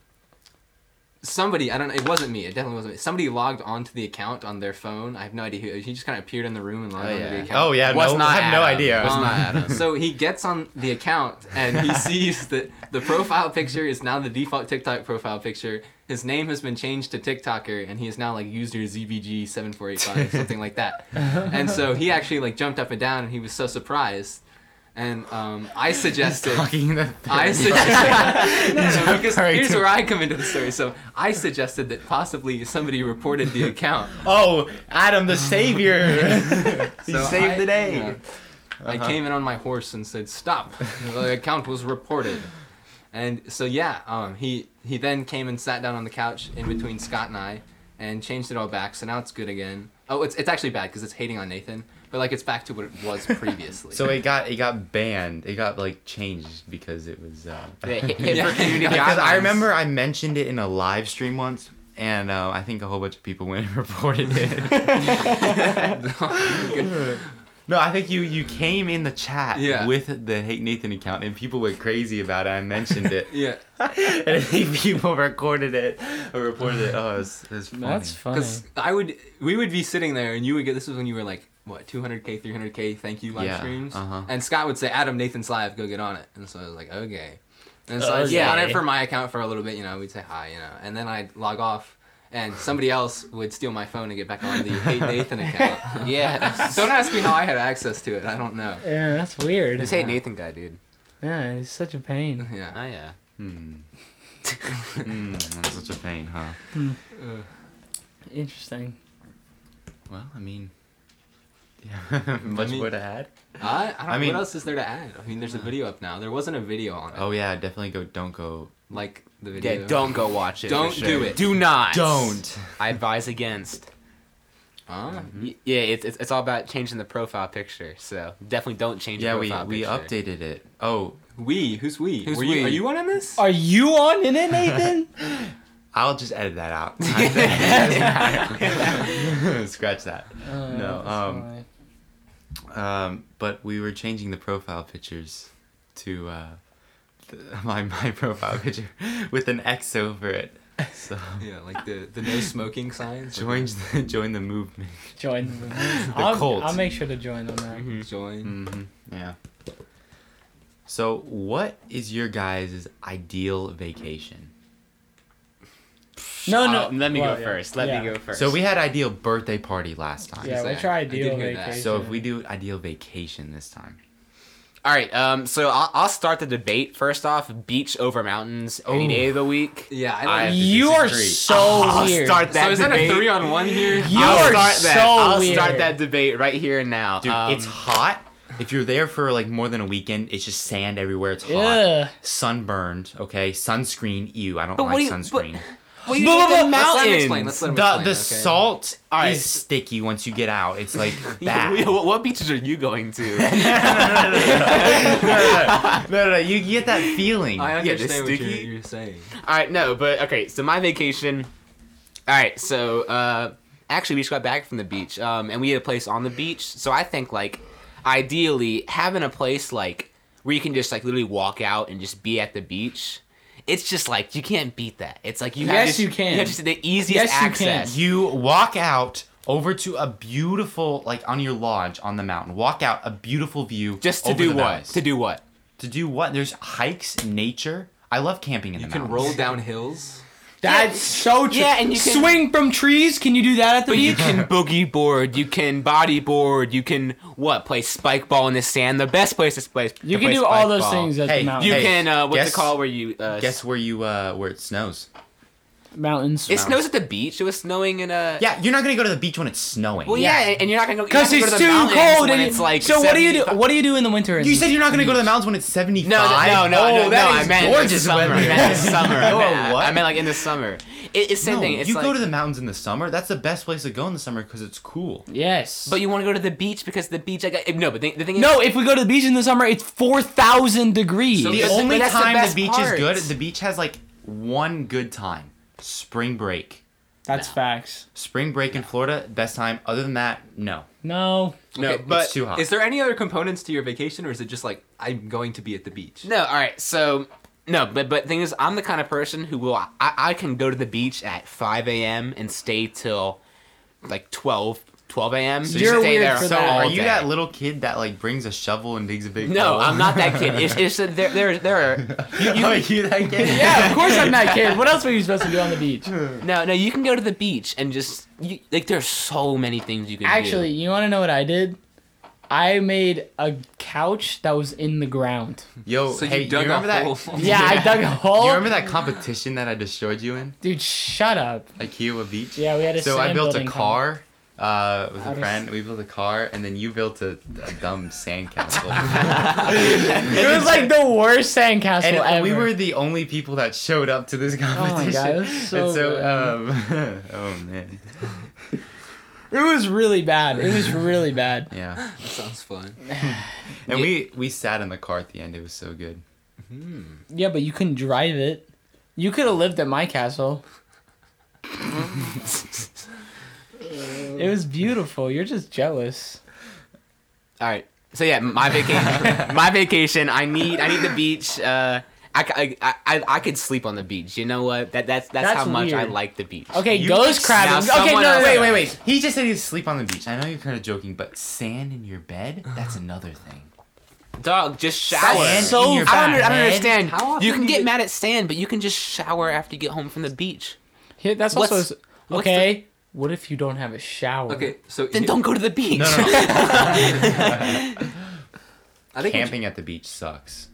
Speaker 3: somebody I don't know. It wasn't me. It definitely wasn't me. Somebody logged onto the account on their phone. I have no idea who. He just kind of appeared in the room and logged
Speaker 1: Oh
Speaker 3: onto the
Speaker 1: yeah.
Speaker 3: account.
Speaker 1: Oh yeah.
Speaker 4: Was
Speaker 1: no,
Speaker 4: not
Speaker 1: I have no
Speaker 4: Adam.
Speaker 1: idea. Oh.
Speaker 4: Was
Speaker 3: Um,
Speaker 4: not Adam.
Speaker 3: So he gets on the account and he sees that the profile picture is now the default TikTok profile picture. His name has been changed to TikToker and he is now like user ZBG7485, something like that. And so he actually like jumped up and down and he was so surprised. And um, I suggested.
Speaker 1: talking in the
Speaker 3: I suggested no, no, because
Speaker 1: Sorry,
Speaker 3: here's
Speaker 1: dude.
Speaker 3: where I come into the story. So I suggested that possibly somebody reported the account.
Speaker 1: Oh, Adam the savior. he
Speaker 3: So
Speaker 1: saved
Speaker 3: I-
Speaker 1: the day. Uh-huh.
Speaker 3: yeah. I came in on my horse and said, "Stop! The account was reported." And so yeah, um, he he then came and sat down on the couch in between Scott and I, and changed it all back. So now it's good again. Oh, it's it's actually bad because it's hating on Nathan, but like it's back to what it was previously.
Speaker 1: So it got it got banned. It got like changed because it was. Uh,
Speaker 4: Hit- hit for
Speaker 3: Yeah.
Speaker 4: community
Speaker 1: because I
Speaker 4: guidelines.
Speaker 1: remember I mentioned it in a live stream once, and uh, I think a whole bunch of people went and reported it. no, I think you you came in the chat
Speaker 3: Yeah.
Speaker 1: with the Hate Nathan account, and people went crazy about it. I mentioned it,
Speaker 3: yeah,
Speaker 1: and I think people recorded it or reported it. Oh, it was, it was funny.
Speaker 2: That's funny.
Speaker 3: because I would we would be sitting there and you would get this was when you were like what 200k 300k thank you live
Speaker 1: Yeah,
Speaker 3: streams
Speaker 1: uh-huh.
Speaker 3: and Scott would say Adam Nathan's live go get on it and so I was like okay and so I'd
Speaker 2: Okay.
Speaker 3: get on it for my account for a little bit you know we'd say hi you know and then I'd log off and somebody else would steal my phone and get back on the Hate Nathan account
Speaker 4: Yeah.
Speaker 3: don't ask me how I had access to it I don't know
Speaker 2: Yeah, that's weird.
Speaker 4: This hate Nathan guy, dude.
Speaker 2: Yeah, it's such a pain.
Speaker 3: yeah Mm.
Speaker 4: Oh
Speaker 1: Hmm.
Speaker 4: yeah.
Speaker 1: Hmm, that's such a pain, huh?
Speaker 2: Interesting.
Speaker 1: Well, I mean, yeah, much
Speaker 3: mean-
Speaker 1: more to add.
Speaker 3: I, I, don't,
Speaker 1: I mean-
Speaker 3: what else is there to add I mean there's a video up now there wasn't a video on it
Speaker 1: Oh yeah, definitely go. Don't go.
Speaker 3: like the video
Speaker 4: Yeah, don't go watch it.
Speaker 3: Don't
Speaker 4: for sure.
Speaker 3: do it.
Speaker 4: Do not.
Speaker 1: Don't.
Speaker 4: I advise against.
Speaker 3: Huh?
Speaker 4: Y- Yeah, it's, it's it's all about changing the profile picture. So definitely don't change.
Speaker 1: Yeah,
Speaker 4: the
Speaker 1: we
Speaker 4: profile
Speaker 1: we
Speaker 4: picture.
Speaker 1: updated it. Oh,
Speaker 3: we who's we
Speaker 4: Who's
Speaker 3: Were
Speaker 4: we?
Speaker 3: you- are you on in this
Speaker 2: Are you on in it, Nathan?
Speaker 1: I'll just edit that out. Scratch that. No,
Speaker 2: Oh, that's
Speaker 1: um,
Speaker 2: funny.
Speaker 1: Um, but we were changing the profile pictures to uh, th my my profile picture with an X over it. So
Speaker 3: Yeah, like the the no smoking signs.
Speaker 1: join the, join the movement.
Speaker 2: join the movement. I'll,
Speaker 1: cult.
Speaker 2: I'll make sure to join on that.
Speaker 3: Join.
Speaker 1: Yeah. So what is your guys' ideal vacation?
Speaker 2: No, no.
Speaker 4: Uh, let me
Speaker 2: well,
Speaker 4: go
Speaker 2: yeah.
Speaker 4: first. Let
Speaker 2: Yeah.
Speaker 4: me go first.
Speaker 1: So we had ideal birthday party last time.
Speaker 2: Yeah,
Speaker 3: Exactly.
Speaker 2: we try
Speaker 3: I did
Speaker 2: ideal
Speaker 3: hear that.
Speaker 2: vacation.
Speaker 1: So if we do ideal vacation this time.
Speaker 4: All right. Um. So I'll, I'll start the debate. First off, beach over mountains any
Speaker 1: Ooh.
Speaker 4: day of the week.
Speaker 3: Yeah, I
Speaker 4: I-
Speaker 3: like.
Speaker 2: you are
Speaker 1: disagree.
Speaker 2: so weird.
Speaker 4: start that
Speaker 3: so is that a
Speaker 4: debate.
Speaker 3: three on one here?
Speaker 2: You
Speaker 4: I'll
Speaker 2: are
Speaker 4: start
Speaker 2: so
Speaker 4: that. I'll start
Speaker 2: weird.
Speaker 4: that debate right here and now.
Speaker 1: Dude,
Speaker 4: Um,
Speaker 1: it's hot. If you're there for like more than a weekend, it's just sand everywhere. It's hot.
Speaker 2: Ugh.
Speaker 1: Sunburned. Okay, sunscreen. Ew, I don't
Speaker 4: what
Speaker 1: like
Speaker 4: do you-
Speaker 1: sunscreen.
Speaker 4: What do you
Speaker 2: Blah,
Speaker 4: think
Speaker 2: blah, blah.
Speaker 4: the
Speaker 3: Let's let him
Speaker 4: mountains?
Speaker 3: explain. Let's let him
Speaker 1: the
Speaker 3: explain.
Speaker 1: the
Speaker 3: okay?
Speaker 1: salt
Speaker 4: Alright.
Speaker 1: is sticky once you get out. It's like
Speaker 4: Yeah,
Speaker 1: bad.
Speaker 4: what, what beaches are you going to?
Speaker 1: no, no, no, you get that feeling.
Speaker 3: I
Speaker 4: Yeah, this
Speaker 3: understand what you're,
Speaker 4: sticky.
Speaker 3: you're saying.
Speaker 4: All right, no, but okay. So my vacation. All right, so uh, actually we just got back from the beach, um, and we had a place on the beach. So I think like, ideally having a place like where you can just like literally walk out and just be at the beach. It's just like you can't beat that. It's like you have
Speaker 2: Yes,
Speaker 4: just,
Speaker 2: you can.
Speaker 4: You have just the easiest
Speaker 2: Yes, you can.
Speaker 4: access.
Speaker 1: You walk out over to a beautiful, like on your lodge on the mountain. Walk out a beautiful view.
Speaker 4: Just to
Speaker 1: over
Speaker 4: do
Speaker 1: the
Speaker 4: what?
Speaker 1: mountains.
Speaker 4: To do what?
Speaker 1: To do what? There's hikes, nature. I love camping in
Speaker 3: You
Speaker 1: the
Speaker 3: can
Speaker 1: mountains.
Speaker 3: roll down hills.
Speaker 2: That's so true.
Speaker 4: Yeah, and you can-
Speaker 2: swing from trees. Can you do that at the
Speaker 4: But you
Speaker 2: beach?
Speaker 4: can boogie board, you can body board, you can what? Play spike ball in the sand. The best place to play.
Speaker 2: You can do all those things at
Speaker 1: Hey,
Speaker 2: the mountain.
Speaker 4: You
Speaker 1: Hey,
Speaker 4: can uh, what's
Speaker 1: guess-
Speaker 4: it called where you uh,
Speaker 1: Guess where you uh where it snows?
Speaker 2: mountains.
Speaker 4: It snows at the beach. It was snowing in a.
Speaker 1: Yeah, you're not gonna go to the beach when it's snowing.
Speaker 4: Well, yeah, and you're not gonna go
Speaker 2: Because
Speaker 4: you're not
Speaker 2: it's
Speaker 4: gonna go to the
Speaker 2: too
Speaker 4: mountains
Speaker 2: cold,
Speaker 4: when
Speaker 2: and
Speaker 4: it's like.
Speaker 2: so what do you do?
Speaker 4: 75
Speaker 2: What do you do in the winter?
Speaker 1: You said you're not gonna go to the mountains when it's 75.
Speaker 4: No, no, no, no,
Speaker 1: oh,
Speaker 4: no,
Speaker 1: that
Speaker 4: no,
Speaker 1: is
Speaker 4: I meant
Speaker 1: gorgeous
Speaker 4: in the summer.
Speaker 1: weather.
Speaker 4: I meant in the summer. I
Speaker 1: Oh,
Speaker 4: meant-
Speaker 1: what?
Speaker 4: I meant like in the summer. It, it's same
Speaker 1: No,
Speaker 4: thing. It's
Speaker 1: you
Speaker 4: like,
Speaker 1: go to the mountains in the summer. That's the best place to go in the summer because it's cool.
Speaker 2: yes.
Speaker 4: But you want to go to the beach because the beach. I got, no, but the, the thing is.
Speaker 2: no, if we go to the beach in the summer, it's four thousand degrees.
Speaker 1: The
Speaker 4: Yes,
Speaker 1: only
Speaker 4: but that's the
Speaker 1: time the,
Speaker 4: best
Speaker 1: beach
Speaker 4: part.
Speaker 1: is good, the beach has like one good time. Spring break.
Speaker 2: That's facts.
Speaker 1: Spring break in Florida, best time. Other than that, no.
Speaker 2: No.
Speaker 3: No,
Speaker 1: Okay,
Speaker 3: but
Speaker 1: it's too hot.
Speaker 3: is there any other components to your vacation, or is it just like I'm going to be at the beach?
Speaker 4: No, all right. So no, but but thing is, I'm the kind of person who will I, I can go to the beach at 5 a.m. and stay till like 12 12 a.m. So
Speaker 2: you're
Speaker 4: stay
Speaker 2: weird
Speaker 4: there
Speaker 2: for
Speaker 4: all
Speaker 1: So
Speaker 2: that.
Speaker 1: are you
Speaker 4: day.
Speaker 1: that little kid that like brings a shovel and digs a big
Speaker 4: no,
Speaker 1: hole?
Speaker 4: I'm not that kid. It's, it's that there, there, there are
Speaker 1: are you that kid?
Speaker 2: Yeah, of course I'm that kid. What else were you supposed to do on the beach?
Speaker 4: no, no. You can go to the beach and just you, like there's so many things you can
Speaker 2: Actually,
Speaker 4: do.
Speaker 2: you want to know what I did? I made a couch that was in the ground.
Speaker 1: Yo,
Speaker 3: So
Speaker 1: hey,
Speaker 3: you dug
Speaker 1: remember
Speaker 3: a
Speaker 1: that?
Speaker 3: hole.
Speaker 2: Yeah, I dug a hole.
Speaker 1: You remember that competition that I destroyed you in?
Speaker 2: Dude, shut up.
Speaker 1: Akiwa Beach?
Speaker 2: Yeah, we had a
Speaker 1: So I
Speaker 2: sand
Speaker 1: built a
Speaker 2: building
Speaker 1: car uh, with
Speaker 2: Out
Speaker 1: a
Speaker 2: of-
Speaker 1: friend. We built a car, and then you built a, a dumb sandcastle.
Speaker 2: It was like the worst sandcastle
Speaker 1: and
Speaker 2: ever. Oh
Speaker 1: we were the only people that showed up to this
Speaker 2: my
Speaker 1: competition.
Speaker 2: God, it was so
Speaker 1: and so,
Speaker 2: bad.
Speaker 1: um, oh man,
Speaker 2: It was really bad. It was really bad.
Speaker 1: yeah.
Speaker 3: That sounds fun.
Speaker 1: And we we sat in the car at the end. It was so good.
Speaker 2: Yeah, but you couldn't drive it. You could have lived at my castle. it was beautiful. You're just jealous.
Speaker 4: All right. So yeah, my vacation. my vacation. I need. I need the beach. Uh, I, c- I, I, I could sleep on the beach. You know what? That that's that's,
Speaker 2: That's
Speaker 4: how much I
Speaker 2: weird.
Speaker 4: like the beach.
Speaker 2: Okay,
Speaker 1: You-
Speaker 2: ghost
Speaker 4: Now
Speaker 2: crabbing. Okay, no,
Speaker 4: someone
Speaker 2: no,
Speaker 4: else-
Speaker 2: wait, wait,
Speaker 4: wait,
Speaker 2: wait.
Speaker 1: He just said he'd sleep on the beach. I know you're kind of joking, but sand in your bed? That's another thing.
Speaker 4: Dog, just shower.
Speaker 1: Sand
Speaker 2: so
Speaker 1: in your
Speaker 4: I don't, under- I don't
Speaker 1: bed?
Speaker 4: understand.
Speaker 3: How often
Speaker 4: you can
Speaker 3: do
Speaker 4: get
Speaker 3: you-
Speaker 4: mad at sand, but you can just shower after you get home from the beach.
Speaker 2: Here, that's
Speaker 4: What's-
Speaker 2: also
Speaker 4: what's
Speaker 2: okay. what if you don't have a shower?
Speaker 3: Okay, so
Speaker 4: Then
Speaker 3: you-
Speaker 4: don't go to the beach.
Speaker 1: No, no, no.
Speaker 3: I think
Speaker 1: Camping at the beach sucks.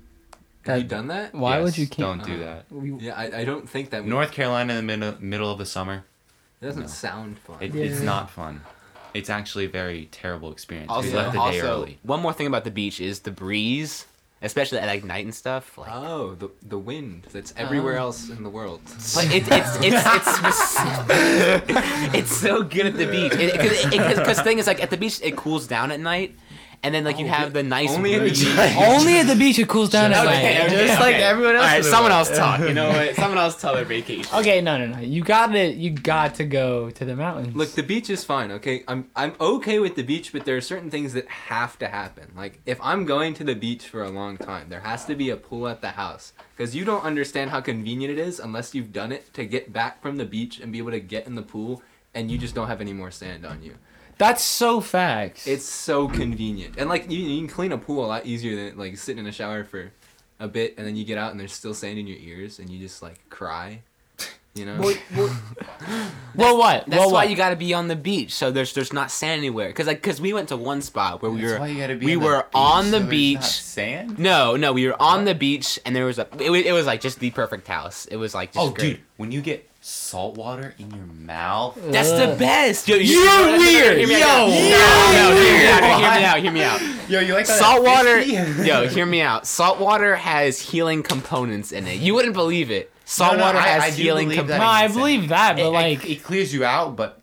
Speaker 3: Have you done that?
Speaker 2: Why
Speaker 1: Yes,
Speaker 2: would you camp?
Speaker 1: Don't do that.
Speaker 3: Yeah, I, I don't think that.
Speaker 1: North Carolina in the middle, middle of the summer.
Speaker 3: It doesn't
Speaker 1: No.
Speaker 3: sound fun.
Speaker 1: It,
Speaker 2: Yeah.
Speaker 1: It's not fun. It's actually a very terrible experience.
Speaker 4: Also,
Speaker 1: we left the day
Speaker 4: also,
Speaker 1: early.
Speaker 4: one more thing about the beach is the breeze, especially at like night and stuff. Like,
Speaker 3: oh, the the wind that's everywhere else in the world.
Speaker 4: But it, it's it's it's it's, it's so good at the beach. Because the thing is, like at the beach, it cools down at night, and then like you have the nice
Speaker 3: Only at the
Speaker 4: breeze.
Speaker 3: beach.
Speaker 2: Only at the beach it cools down at
Speaker 4: Okay,
Speaker 2: night.
Speaker 4: okay,
Speaker 1: Just like
Speaker 4: okay.
Speaker 1: everyone else
Speaker 4: All right,
Speaker 1: in the
Speaker 4: someone
Speaker 1: world.
Speaker 4: else talk. You know what? Someone else tell their vacation.
Speaker 2: Okay, no, no, no. You got to You got to go to the mountains.
Speaker 3: Look, the beach is fine. Okay, I'm I'm okay with the beach, but there are certain things that have to happen. Like if I'm going to the beach for a long time, there has to be a pool at the house because you don't understand how convenient it is unless you've done it to get back from the beach and be able to get in the pool, and you just don't have any more sand on you.
Speaker 2: that's so facts.
Speaker 3: It's so convenient, and like you, you can clean a pool a lot easier than like sitting in a shower for a bit, and then you get out and there's still sand in your ears, and you just like cry. You know,
Speaker 2: well, what?
Speaker 4: That's
Speaker 2: well,
Speaker 4: why
Speaker 2: what?
Speaker 4: you gotta be on the beach. So there's there's not sand anywhere. Cause like cause we went to one spot where we
Speaker 1: That's
Speaker 4: were
Speaker 1: why you gotta be
Speaker 4: we
Speaker 1: on the
Speaker 4: were
Speaker 1: beach
Speaker 4: on
Speaker 1: so
Speaker 4: the
Speaker 1: there's not
Speaker 4: beach.
Speaker 1: Sand?
Speaker 4: No, no, we were on the beach and there was a it, wa- it was like just the perfect house. It was like just
Speaker 1: Oh,
Speaker 4: great.
Speaker 1: dude, when you get salt water in your mouth.
Speaker 4: That's the best. Yo,
Speaker 2: You're
Speaker 4: no, no, no, no,
Speaker 2: weird.
Speaker 4: Hear me
Speaker 2: Yo,
Speaker 4: out. No, no, no, hear me out. Hear me out. Hear me out.
Speaker 1: Yo, you like
Speaker 4: Salt water. yo, hear me out. Salt water has healing components in it. You wouldn't believe it. Salt
Speaker 1: no,
Speaker 4: water
Speaker 1: I-
Speaker 4: has
Speaker 1: I do
Speaker 4: healing
Speaker 1: believe that.
Speaker 2: no,
Speaker 4: components.
Speaker 2: I believe that, but
Speaker 1: like
Speaker 2: like,
Speaker 1: it clears you out, but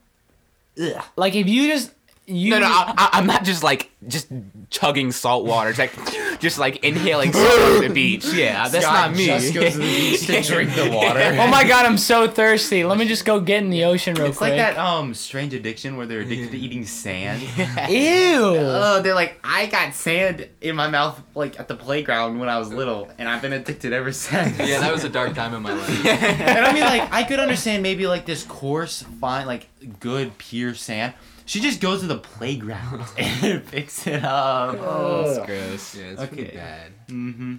Speaker 4: Ugh.
Speaker 2: like if you just you
Speaker 4: No, no, I, I- I'm not just like just chugging salt water. It's like just like inhaling salt on the beach. Yeah, that's
Speaker 1: Scott
Speaker 4: not me.
Speaker 1: Just goes to the beach to drink the water.
Speaker 2: oh my god, I'm so thirsty. Let me just go get in the ocean real
Speaker 1: It's
Speaker 2: quick.
Speaker 1: like that um strange addiction where they're addicted to eating sand.
Speaker 2: Ew.
Speaker 1: Oh, they're like, I got sand in my mouth like at the playground when I was little, and I've been addicted ever since.
Speaker 3: yeah, that was a dark time in my life.
Speaker 1: and I mean, like, I could understand maybe like this coarse, fine, like good, pure sand. She just goes to the playground and picks it up.
Speaker 2: Ugh.
Speaker 3: Gross. Yeah, it's pretty
Speaker 1: Okay.
Speaker 3: bad.
Speaker 1: Mm-hmm.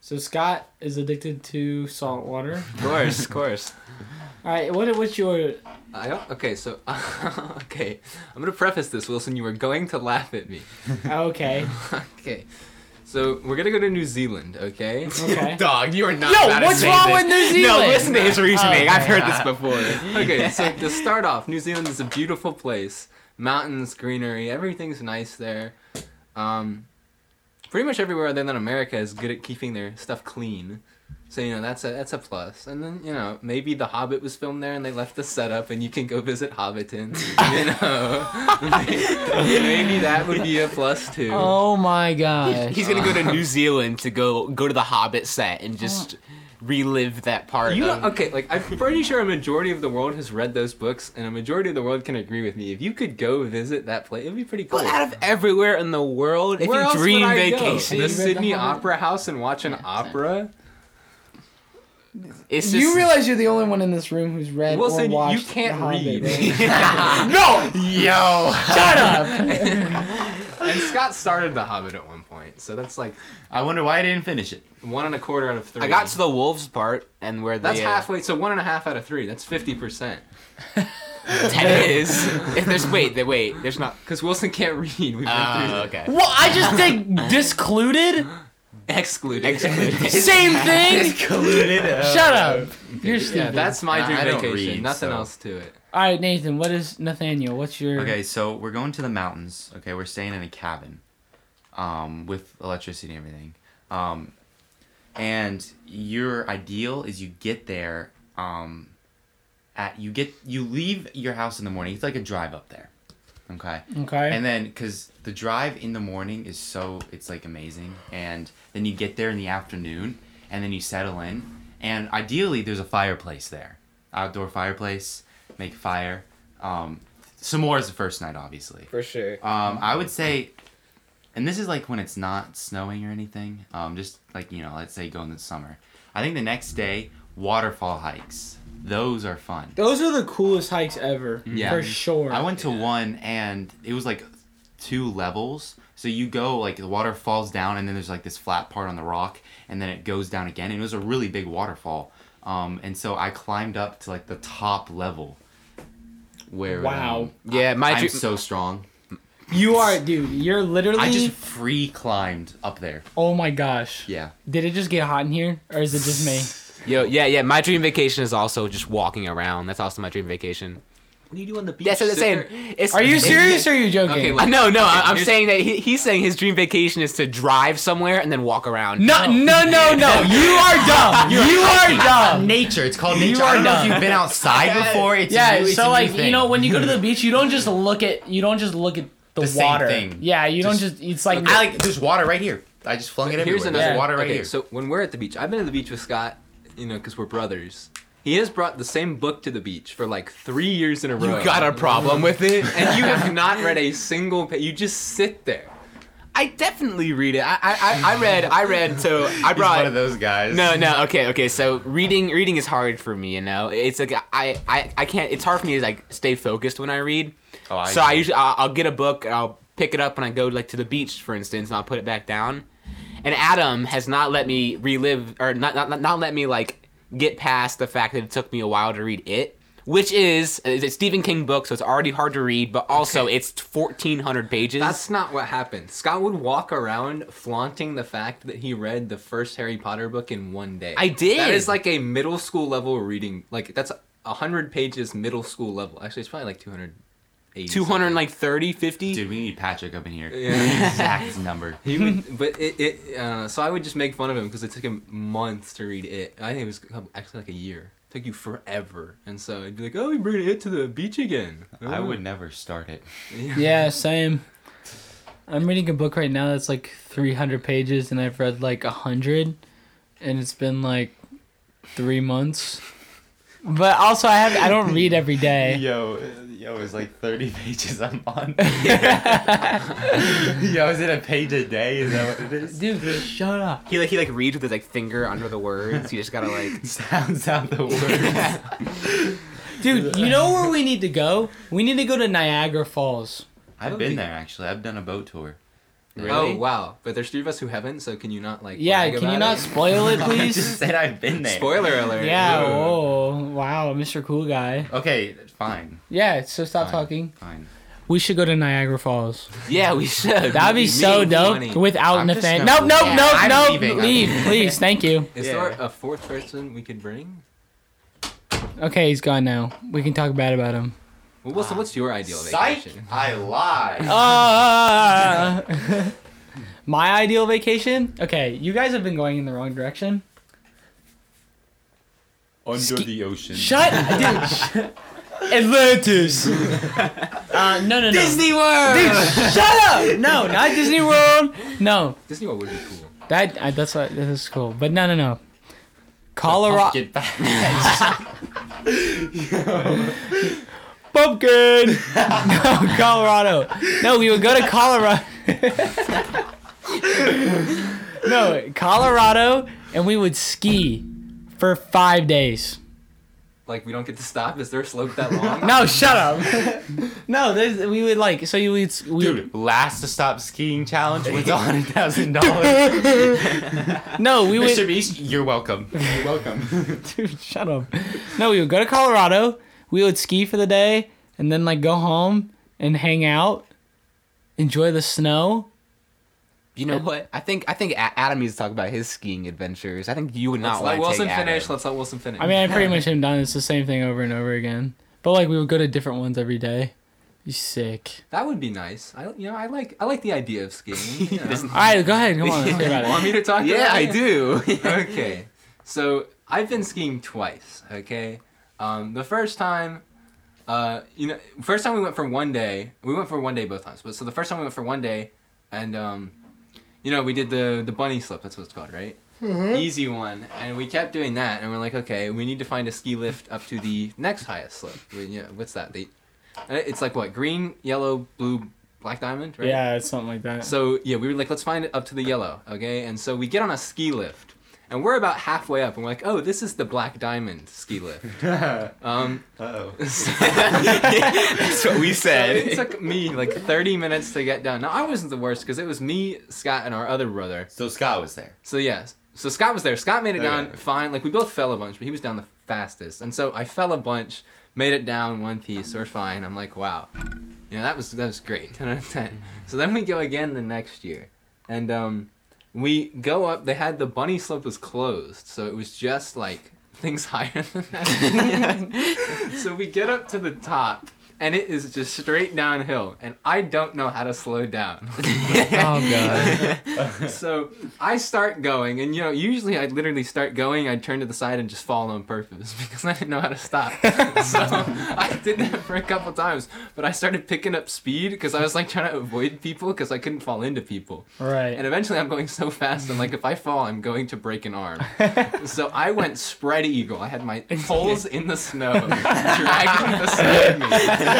Speaker 2: So Scott is addicted to salt water.
Speaker 4: Of course, of course.
Speaker 2: All right, what what's your
Speaker 3: I don't, okay, so okay, I'm gonna preface this, Wilson. You are going to laugh at me.
Speaker 2: okay?
Speaker 3: Okay, so we're gonna go to New Zealand. Okay.
Speaker 2: Okay.
Speaker 4: Dog, you are not.
Speaker 2: Yo,
Speaker 4: about to
Speaker 2: what's
Speaker 4: say
Speaker 2: wrong
Speaker 4: this.
Speaker 2: with New
Speaker 4: No,
Speaker 2: Zealand?
Speaker 4: listen to his reasoning. I've heard this before.
Speaker 3: okay, so to start off, New Zealand is a beautiful place. Mountains, greenery, everything's nice there. Um, pretty much everywhere other than America is good at keeping their stuff clean. So you know that's a that's a plus. And then you know maybe The Hobbit was filmed there and they left the setup and you can go visit Hobbiton. You know, maybe that would be a plus too.
Speaker 2: Oh my god.
Speaker 4: He's gonna go to New Zealand to go go to the Hobbit set and just relive that part.
Speaker 3: You
Speaker 4: of,
Speaker 3: don't, okay, like I'm pretty sure a majority of the world has read those books, and a majority of the world can agree with me. If you could go visit that place, it'd be pretty cool.
Speaker 4: Well, out of everywhere in the world, if you dream vacation,
Speaker 3: the
Speaker 2: Have you read The
Speaker 3: Sydney
Speaker 2: Hobbit?
Speaker 3: Opera House and watch an opera.
Speaker 4: it's just
Speaker 2: you realize you're the only one in this room who's read
Speaker 3: Wilson,
Speaker 2: or
Speaker 3: you
Speaker 2: watched
Speaker 3: can't
Speaker 2: The Hobbit,
Speaker 3: read.
Speaker 2: right?
Speaker 4: no, yo,
Speaker 2: Shut up.
Speaker 3: And Scott started The Hobbit at one point, so that's like
Speaker 1: I wonder why I didn't finish it.
Speaker 3: one and a quarter out of three.
Speaker 4: I got to the wolves part and where the
Speaker 3: that's
Speaker 4: uh,
Speaker 3: halfway. So one and a half out of three. That's fifty percent.
Speaker 4: ten is. If there's wait, there- wait, there's not.
Speaker 3: Because Wilson can't read. We've been through
Speaker 4: Oh,
Speaker 3: that.
Speaker 4: okay.
Speaker 2: well, I just think discluded.
Speaker 3: Excluded.
Speaker 2: Same thing. Shut up. You're stupid.
Speaker 3: yeah, that's my
Speaker 1: I
Speaker 3: dream
Speaker 1: don't
Speaker 3: vacation.
Speaker 1: read,
Speaker 3: Nothing
Speaker 1: so-
Speaker 3: else to it.
Speaker 2: All right, Nathan. What is Nathaniel? What's your
Speaker 1: Okay, so we're going to the mountains. Okay, we're staying in a cabin, um, with electricity and everything. Um, and your ideal is you get there, um, at you get you leave your house in the morning. It's like a drive up there, okay.
Speaker 2: okay?
Speaker 1: And then because the drive in the morning is so it's like amazing, and then you get there in the afternoon, and then you settle in, and ideally there's a fireplace there, outdoor fireplace, make fire. Um, some more is the first night, obviously.
Speaker 4: For sure.
Speaker 1: Um, I would say, and this is like when it's not snowing or anything. Um, just like you know, let's say go in the summer. I think the next day, waterfall hikes. Those are fun.
Speaker 2: Those are the coolest hikes ever,
Speaker 1: Yeah.
Speaker 2: for sure.
Speaker 1: I went to one and it was like two levels. So you go like the water falls down and then there's like this flat part on the rock and then it goes down again and it was a really big waterfall. Um, and so I climbed up to like the top level. Where
Speaker 2: Wow.
Speaker 1: um,
Speaker 4: Yeah, my
Speaker 1: I'm
Speaker 4: dream.
Speaker 1: so strong.
Speaker 2: You are, dude. You're literally.
Speaker 1: I just free climbed up there.
Speaker 2: oh my gosh.
Speaker 1: Yeah.
Speaker 2: Did it just get hot in here, or is it just me?
Speaker 4: Yo, yeah, yeah. My dream vacation is also just walking around. That's also my dream vacation.
Speaker 3: What do you do on the beach?
Speaker 4: That's what I'm
Speaker 3: Sit
Speaker 4: saying.
Speaker 3: there-
Speaker 4: It's,
Speaker 2: Are you
Speaker 4: it's-
Speaker 2: serious? or Are you joking?
Speaker 3: Okay,
Speaker 4: Uh,
Speaker 3: look.
Speaker 4: no, no. I, I'm
Speaker 3: Here's-
Speaker 4: saying that he, he's saying his dream vacation is to drive somewhere and then walk around.
Speaker 2: no, no, no, no. You are dumb. you are dumb.
Speaker 1: Nature. It's called nature.
Speaker 2: You
Speaker 1: I
Speaker 2: are
Speaker 1: don't know if
Speaker 2: dumb.
Speaker 1: you've been outside before. It's
Speaker 2: Yeah.
Speaker 1: a new- it's a
Speaker 2: so
Speaker 1: new
Speaker 2: like you
Speaker 1: thing.
Speaker 2: know when you go to the beach, you don't just look at you don't just look at the,
Speaker 1: The same
Speaker 2: water.
Speaker 1: thing.
Speaker 2: Yeah. You don't
Speaker 1: Just-
Speaker 2: just. It's like
Speaker 1: I like there's water right here. I just flung it everywhere.
Speaker 3: Here's another
Speaker 1: There's water right
Speaker 3: okay,
Speaker 1: here.
Speaker 3: So when we're at the beach, I've been to the beach with Scott, you know, because we're brothers. He has brought the same book to the beach for like three years in a row.
Speaker 4: You got a problem with it?
Speaker 3: and you have not read a single page. You just sit there.
Speaker 4: I definitely read it. I, I, I- I read, I read. So I
Speaker 1: He's one
Speaker 4: brought.
Speaker 1: of those guys.
Speaker 4: No, no. Okay, okay. So reading, reading is hard for me. You know, it's like I, I, I can't. It's hard for me to like stay focused when I read.
Speaker 1: Oh, I
Speaker 4: so I
Speaker 1: see.
Speaker 4: usually I'll, I'll get a book. and I'll pick it up when I go like to the beach, for instance, and I'll put it back down. And Adam has not let me relive, or not, not, not, not let me like get past the fact that it took me a while to read it. Which is it's a Stephen King book, so it's already hard to read, but also it's fourteen hundred pages.
Speaker 3: That's not what happened. Scott would walk around flaunting the fact that he read the first Harry Potter book in one day.
Speaker 4: I did.
Speaker 3: That is like a middle school level reading. Like that's a hundred pages middle school level. Actually, it's probably like two hundred eighty.
Speaker 4: 200 like 30 50
Speaker 1: Dude, we need Patrick up in here.
Speaker 3: Yeah.
Speaker 1: Exact number.
Speaker 3: He would, but it, it uh, so I would just make fun of him because it took him months to read it. I think it was a couple- actually like a year. It took you forever, and so I'd be like, "Oh, you bring it to the beach again."
Speaker 1: I
Speaker 3: Oh.
Speaker 1: would never start it.
Speaker 2: Yeah, same. I'm reading a book right now that's like 300 pages, and I've read like 100, and it's been like three months. But also, I have I don't read every day.
Speaker 1: Yo, uh, yo, it's like 30 pages a month. yo, is it a page a day? Is that what it is?
Speaker 2: Dude, shut up.
Speaker 4: He like he like reads with his like finger under the words. You just gotta like.
Speaker 1: Sounds out the words.
Speaker 2: Dude, you know where we need to go? We need to go to Niagara Falls.
Speaker 1: I've been there actually. I've done a boat tour.
Speaker 3: Oh wow! But there's three of us who haven't. So can you not like?
Speaker 2: Yeah,
Speaker 3: brag
Speaker 2: can you not
Speaker 3: about it?
Speaker 2: spoil it,
Speaker 1: I
Speaker 2: please?
Speaker 1: just said I've been there.
Speaker 3: Spoiler alert!
Speaker 2: yeah.
Speaker 3: Ooh.
Speaker 2: Whoa. Wow, Mr. Cool Guy.
Speaker 1: Okay, fine.
Speaker 2: Yeah. So stop
Speaker 1: fine,
Speaker 2: talking.
Speaker 1: Fine.
Speaker 2: We should go to Niagara Falls.
Speaker 4: Yeah, we should.
Speaker 2: That'd be
Speaker 3: Me,
Speaker 2: so
Speaker 3: me,
Speaker 2: dope
Speaker 3: money.
Speaker 2: without
Speaker 1: I'm just
Speaker 2: Nathaniel.
Speaker 1: gonna
Speaker 2: Nope, nope,
Speaker 1: leave.
Speaker 2: nope,
Speaker 1: I'm
Speaker 2: nope.
Speaker 1: leaving.
Speaker 2: Leave, please. Thank you.
Speaker 3: Is
Speaker 4: Yeah.
Speaker 3: there a fourth person we could bring?
Speaker 2: Okay, he's gone now. We can talk bad about him.
Speaker 3: Well,
Speaker 2: Ah.
Speaker 3: Wilson, what's your ideal
Speaker 1: Psych!
Speaker 3: vacation?
Speaker 1: I lied.
Speaker 2: Uh, my ideal vacation? Okay, you guys have been going in the wrong direction.
Speaker 1: Under
Speaker 2: Ski-
Speaker 1: the ocean.
Speaker 2: Shut, dude. sh- Atlantis. Uh, no, no, no.
Speaker 4: Disney World.
Speaker 2: Dude, shut up! No, not Disney World. No,
Speaker 3: Disney World would be cool.
Speaker 2: that I, that's what this is cool. But no, no, no. Colorado
Speaker 1: Get back.
Speaker 2: pumpkin. no, Colorado. No, we would go to Colorado. no, Colorado, and we would ski for five days.
Speaker 3: Like we don't get to stop. Is there a slope that long?
Speaker 2: No, shut up. no, there's, we would like so you would we,
Speaker 1: Dude, last to stop skiing challenge wins hundred thousand dollars.
Speaker 2: no we would
Speaker 1: Mr. Beast, you're welcome. You're welcome.
Speaker 2: Dude, shut up. No, we would go to Colorado. We would ski for the day and then like go home and hang out, enjoy the snow.
Speaker 4: You know what? I think I think A- Adam needs to talk about his skiing adventures. I think you would
Speaker 3: Let's
Speaker 4: not
Speaker 3: let
Speaker 4: want to
Speaker 3: Wilson
Speaker 4: take Adam.
Speaker 3: finish. Let's let Wilson finish.
Speaker 2: I mean, I pretty much am done. It's the same thing over and over again. But like we would go to different ones every day. You sick.
Speaker 3: that would be nice. I you know I like I like the idea of skiing. You know.
Speaker 2: All right, go ahead. Come on, let's talk
Speaker 3: Want
Speaker 2: about it.
Speaker 3: me to talk?
Speaker 4: Yeah,
Speaker 3: about
Speaker 4: I
Speaker 3: it?
Speaker 4: do.
Speaker 3: okay. So I've been skiing twice. Okay. Um, the first time, uh, you know, first time we went for one day. We went for one day both times. But so the first time we went for one day, and um, you know, we did the the bunny slip. That's what it's called, right? Easy one. And we kept doing that, and we're like, okay, we need to find a ski lift up to the next highest slip. We, you know, what's that? The, uh, it's like what green, yellow, blue, black diamond, right?
Speaker 2: Yeah, it's something like that.
Speaker 3: So yeah, we were like, let's find it up to the yellow, okay? And so we get on a ski lift, and we're about halfway up, and we're like, oh, this is the Black Diamond ski lift. Um,
Speaker 1: Uh-oh.
Speaker 4: That's what we
Speaker 3: it
Speaker 4: said.
Speaker 3: took me like 30 minutes to get down. Now I wasn't the worst because it was me, Scott, and our other brother.
Speaker 1: So Scott was there.
Speaker 3: So yes, so Scott was there. Scott
Speaker 2: Oh,
Speaker 3: made it down
Speaker 1: Okay.
Speaker 3: fine. Like we both fell a bunch, but he was down the fastest, and so I fell a bunch, made it down one piece. We're fine. I'm like, wow, you know that was that was great, ten out of ten. So then we go again the next year, and um, we go up. They had the bunny slope was closed, so it was just like things higher than that. so we get up to the top. And it is just straight downhill, and I don't know how to slow down.
Speaker 2: oh god.
Speaker 3: So I start going, and you know, usually I literally start going, I turn to the side and just fall on purpose because I didn't know how to stop. so I did that for a couple times, but I started picking up speed because I was like trying to avoid people because I couldn't fall into people. And
Speaker 2: Right.
Speaker 3: eventually I'm going so fast, I'm like, if I fall, I'm going to break an arm. so I went spread eagle. I had my poles in the snow, dragging the snow at me.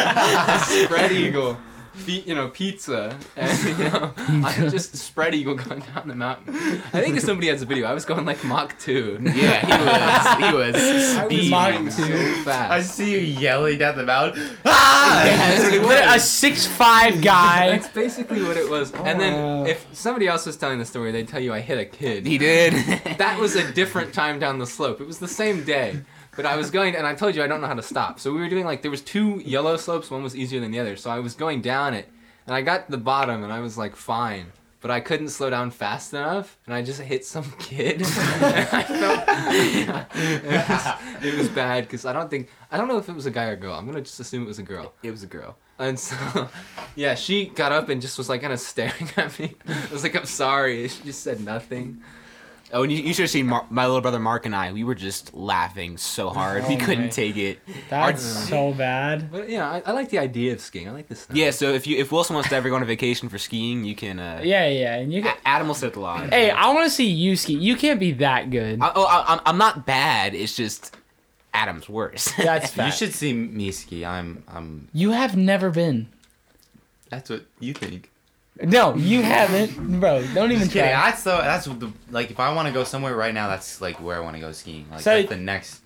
Speaker 3: spread eagle. Feet, you know, pizza, and you know, I'm just spread eagle going down the mountain. I think if somebody has a video, I was going like Mach two.
Speaker 4: yeah, he was. He was.
Speaker 3: I was
Speaker 2: Speed.
Speaker 3: going so fast.
Speaker 1: I see you yelling down the mountain. Ah!
Speaker 2: A six five guy.
Speaker 3: That's basically what it was. And
Speaker 2: Wow.
Speaker 3: then if somebody else was telling the story, they'd tell you I hit a kid.
Speaker 4: He did.
Speaker 3: that was a different time down the slope. It was the same day, but I was going, and I told you I don't know how to stop. So we were doing like there was two yellow slopes. One was easier than the other. So I was going down it, and I got to the bottom, and I was like fine. But I couldn't slow down fast enough, and I just hit some kid. And I felt- it, was, it was bad because I don't think I don't know if it was a guy or girl. I'm gonna just assume it was a girl.
Speaker 4: it was a girl.
Speaker 3: And so, yeah, she got up and just was like kind of staring at me. I was like, I'm sorry. She just said nothing.
Speaker 4: Oh, and you, you should have seen Mar- my little brother Mark and I. We were just laughing so hard. we
Speaker 2: Oh,
Speaker 4: couldn't
Speaker 2: my.
Speaker 4: take it.
Speaker 2: That's so bad.
Speaker 3: But yeah, I, I like the idea of skiing. I like this. Stuff.
Speaker 4: Yeah, so if you if Wilson wants to ever go on a vacation for skiing, you can. Uh,
Speaker 2: Yeah, yeah. And you. Got,
Speaker 4: A- Adam will sit at the lodge.
Speaker 2: hey, I want to see you ski. You can't be that good.
Speaker 4: I, oh, I, I'm I'm not bad. It's just Adam's worse.
Speaker 2: That's
Speaker 1: You
Speaker 2: fact.
Speaker 1: should see me ski. I'm I'm
Speaker 2: You have never been.
Speaker 1: that's what you think.
Speaker 2: No, you haven't, bro. Don't even
Speaker 1: Just kidding.
Speaker 2: try.
Speaker 1: That's the that's the like if I want to go somewhere right now, that's like where I want to go skiing. Like
Speaker 2: So-
Speaker 1: that's the next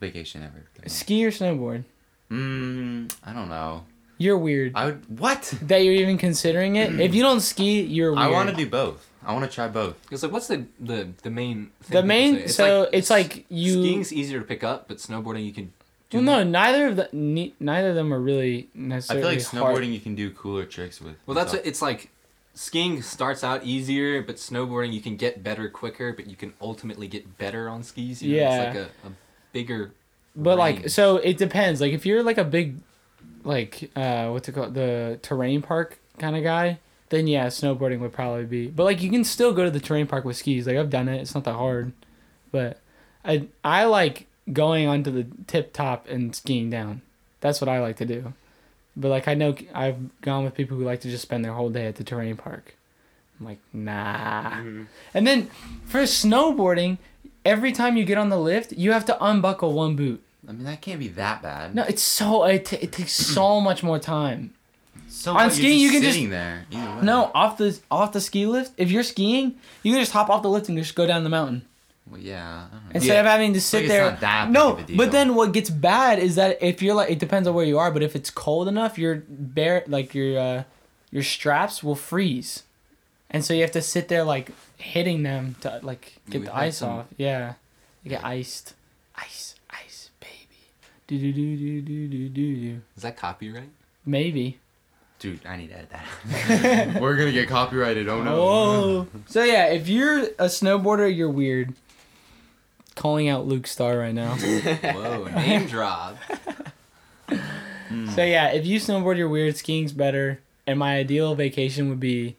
Speaker 1: vacation ever.
Speaker 2: Ski or snowboard?
Speaker 1: Mm, I don't know.
Speaker 2: You're weird.
Speaker 1: I would what?
Speaker 2: that you're even considering it. If you don't ski, you're weird.
Speaker 1: I want to do both. I want to try both.
Speaker 3: It's like what's the the, the main
Speaker 2: the
Speaker 3: thing people
Speaker 2: main.
Speaker 3: say?
Speaker 2: so it's like you.
Speaker 3: skiing's easier to pick up, but snowboarding you can.
Speaker 2: well, no, neither of the ne, neither of them are really
Speaker 1: I feel
Speaker 2: necessarily
Speaker 1: like
Speaker 2: hard.
Speaker 1: snowboarding you can do cooler tricks with.
Speaker 3: Well, that's
Speaker 1: it.
Speaker 3: what, it's like skiing starts out easier, but snowboarding you can get better quicker, but you can ultimately get better on skis. You know? it's
Speaker 2: Yeah.
Speaker 3: like a, a bigger.
Speaker 2: But like,
Speaker 3: range.
Speaker 2: so it depends. Like, if you're like a big, like, uh, what's it called, the terrain park kind of guy, then yeah, snowboarding would probably be. But like, you can still go to the terrain park with skis. Like, I've done it. It's not that hard. But I I like going onto the tip top and skiing down. That's what I like to do. But like, I know I've gone with people who like to just spend their whole day at the terrain park. I'm like, nah. And then for snowboarding, every time you get on the lift, you have to unbuckle one boot.
Speaker 1: I mean, that can't be that bad.
Speaker 2: No, it's so it, t- it takes so much more time.
Speaker 1: so
Speaker 2: on
Speaker 1: what? You're
Speaker 2: skiing, you can just-
Speaker 1: sitting there. either way.
Speaker 2: No, off the off the ski lift. If you're skiing, you can just hop off the lift and just go down the mountain
Speaker 1: Well, yeah. I don't know.
Speaker 2: instead of having to sit
Speaker 1: it's
Speaker 2: there.
Speaker 1: not that big
Speaker 2: no,
Speaker 1: of a deal.
Speaker 2: but then what gets bad is that if you're like, it depends on where you are, but if it's cold enough, your bare like your uh, your straps will freeze, and so you have to sit there like hitting them to like get
Speaker 3: We've
Speaker 2: the
Speaker 3: had
Speaker 2: ice
Speaker 3: some-
Speaker 2: off. Yeah, you get iced, ice, ice, baby. Do do do do do do do do.
Speaker 3: Is that copyright?
Speaker 2: Maybe.
Speaker 1: Dude, I need to edit that. We're gonna get copyrighted. Oh no.
Speaker 2: Oh. So yeah, if you're a snowboarder, you're weird. Calling out Luke Star right now.
Speaker 3: Whoa, name drop. Hmm.
Speaker 2: so yeah, if you snowboard, you're weird. Skiing's better. And my ideal vacation would be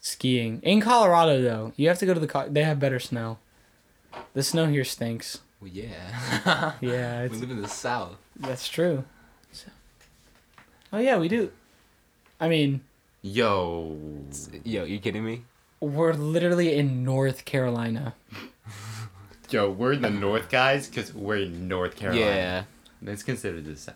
Speaker 2: skiing in Colorado. Though you have to go to the co- they have better snow. The snow here stinks.
Speaker 3: Well, yeah.
Speaker 2: Yeah,
Speaker 3: we
Speaker 2: it's,
Speaker 3: live in the south.
Speaker 2: that's true. So. Oh yeah, we do. I mean,
Speaker 1: Yo.
Speaker 3: Yo, you kidding me?
Speaker 2: we're literally in North Carolina.
Speaker 1: Yo, we're the North guys because we're in North Carolina.
Speaker 4: Yeah.
Speaker 1: It's considered the South.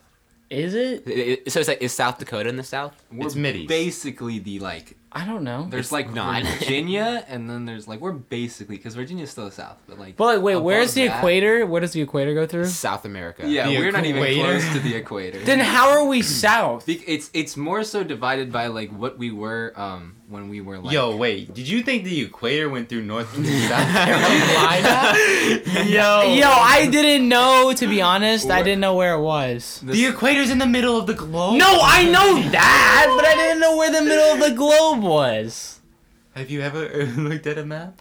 Speaker 2: Is it?
Speaker 4: It- it- so it's like is South Dakota in the South?
Speaker 3: We're
Speaker 1: It's Mideast.
Speaker 3: basically the like.
Speaker 2: I don't know.
Speaker 3: There's like
Speaker 4: not.
Speaker 3: Virginia, and then there's like we're basically because Virginia's still the south, but like.
Speaker 2: But like, wait, where's
Speaker 3: above
Speaker 2: the
Speaker 3: that-
Speaker 2: equator? Where does the equator go through?
Speaker 4: South America.
Speaker 3: Yeah,
Speaker 1: The
Speaker 3: we're not even
Speaker 1: equator?
Speaker 3: close to the equator.
Speaker 2: Then how are we south?
Speaker 3: Be- It's it's more so divided by like what we were um when we were like
Speaker 1: Yo, wait. Did you think the equator went through North and South Carolina? Yo.
Speaker 2: Yo, I didn't know. To be honest, I didn't know where it was.
Speaker 1: The equator's in the middle of the globe.
Speaker 2: No, I know that, but I didn't know where the middle of the globe was.
Speaker 1: Have you ever looked at a map?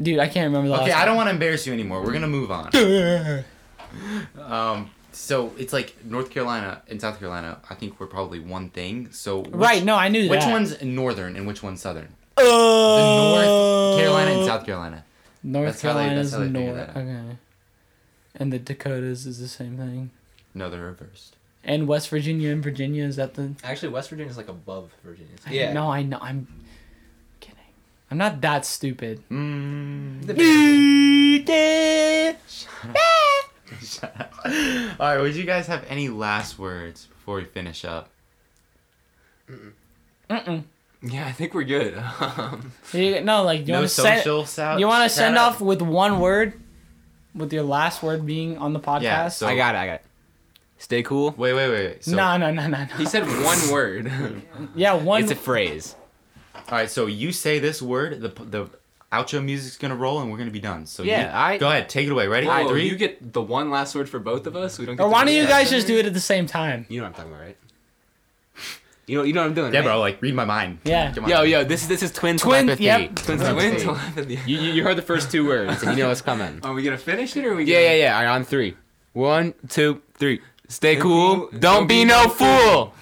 Speaker 2: Dude, I can't remember the
Speaker 1: Okay,
Speaker 2: last.
Speaker 1: I don't want to embarrass you anymore. We're gonna move on. Um, so it's like North Carolina and South Carolina. I think we're probably one thing. So which,
Speaker 2: Right? No, I knew
Speaker 1: Which
Speaker 2: that.
Speaker 1: one's northern and which one's southern? The
Speaker 2: Oh.
Speaker 1: North Carolina and South Carolina.
Speaker 2: North
Speaker 1: That's how they-
Speaker 2: Carolina's
Speaker 1: that's how they figure
Speaker 2: north.
Speaker 1: that out.
Speaker 2: Okay. And the Dakotas is the same thing.
Speaker 1: No, they're reversed.
Speaker 2: And West Virginia and Virginia is that the?
Speaker 3: Actually, West Virginia is like above Virginia. It's-
Speaker 4: Yeah.
Speaker 2: No, I know. I'm kidding. I'm not that stupid.
Speaker 1: Mm.
Speaker 2: Stupid.
Speaker 1: Shut up. All right. Would you guys have any last words before we finish up?
Speaker 2: Mm-mm.
Speaker 3: Yeah, I think we're good. Um,
Speaker 2: You, no, like you
Speaker 1: no
Speaker 2: want to send.
Speaker 1: social south.
Speaker 2: You want to send
Speaker 1: Shout out.
Speaker 2: off with one word, with your last word being on the podcast.
Speaker 1: Yeah, so-
Speaker 4: I got it. I got it. Stay cool.
Speaker 1: Wait, wait, wait. wait. So,
Speaker 2: no, no, no, no, no.
Speaker 3: he said one word.
Speaker 2: yeah, one.
Speaker 4: It's a phrase.
Speaker 1: All right. So you say this word. The the outro music's gonna roll and we're gonna be done. So
Speaker 4: Yeah,
Speaker 1: you-
Speaker 4: I-
Speaker 1: go ahead. Take it away. Ready?
Speaker 3: Whoa,
Speaker 1: Three.
Speaker 3: you get the one last word for both of us. We don't. Get
Speaker 2: or
Speaker 3: to
Speaker 2: why don't
Speaker 3: do
Speaker 2: you
Speaker 3: that.
Speaker 2: guys just do it at the same time?
Speaker 4: You know what I'm talking about, right? You know, you know what I'm doing.
Speaker 1: Yeah,
Speaker 4: right?
Speaker 1: bro. Like read my mind.
Speaker 2: Yeah.
Speaker 1: Come on.
Speaker 4: Yo, yo, this is this is twin
Speaker 2: Twin-
Speaker 4: telepathy.
Speaker 2: yep.
Speaker 4: Twin
Speaker 3: Wait
Speaker 4: telepathy.
Speaker 3: till after the-
Speaker 4: You, you, you heard the first two words, and you know what's coming.
Speaker 3: Are we gonna finish it or are we?
Speaker 4: Yeah,
Speaker 3: gonna-
Speaker 4: yeah, yeah. All right, on three. One, two, three. Stay cool. Don't be no fool.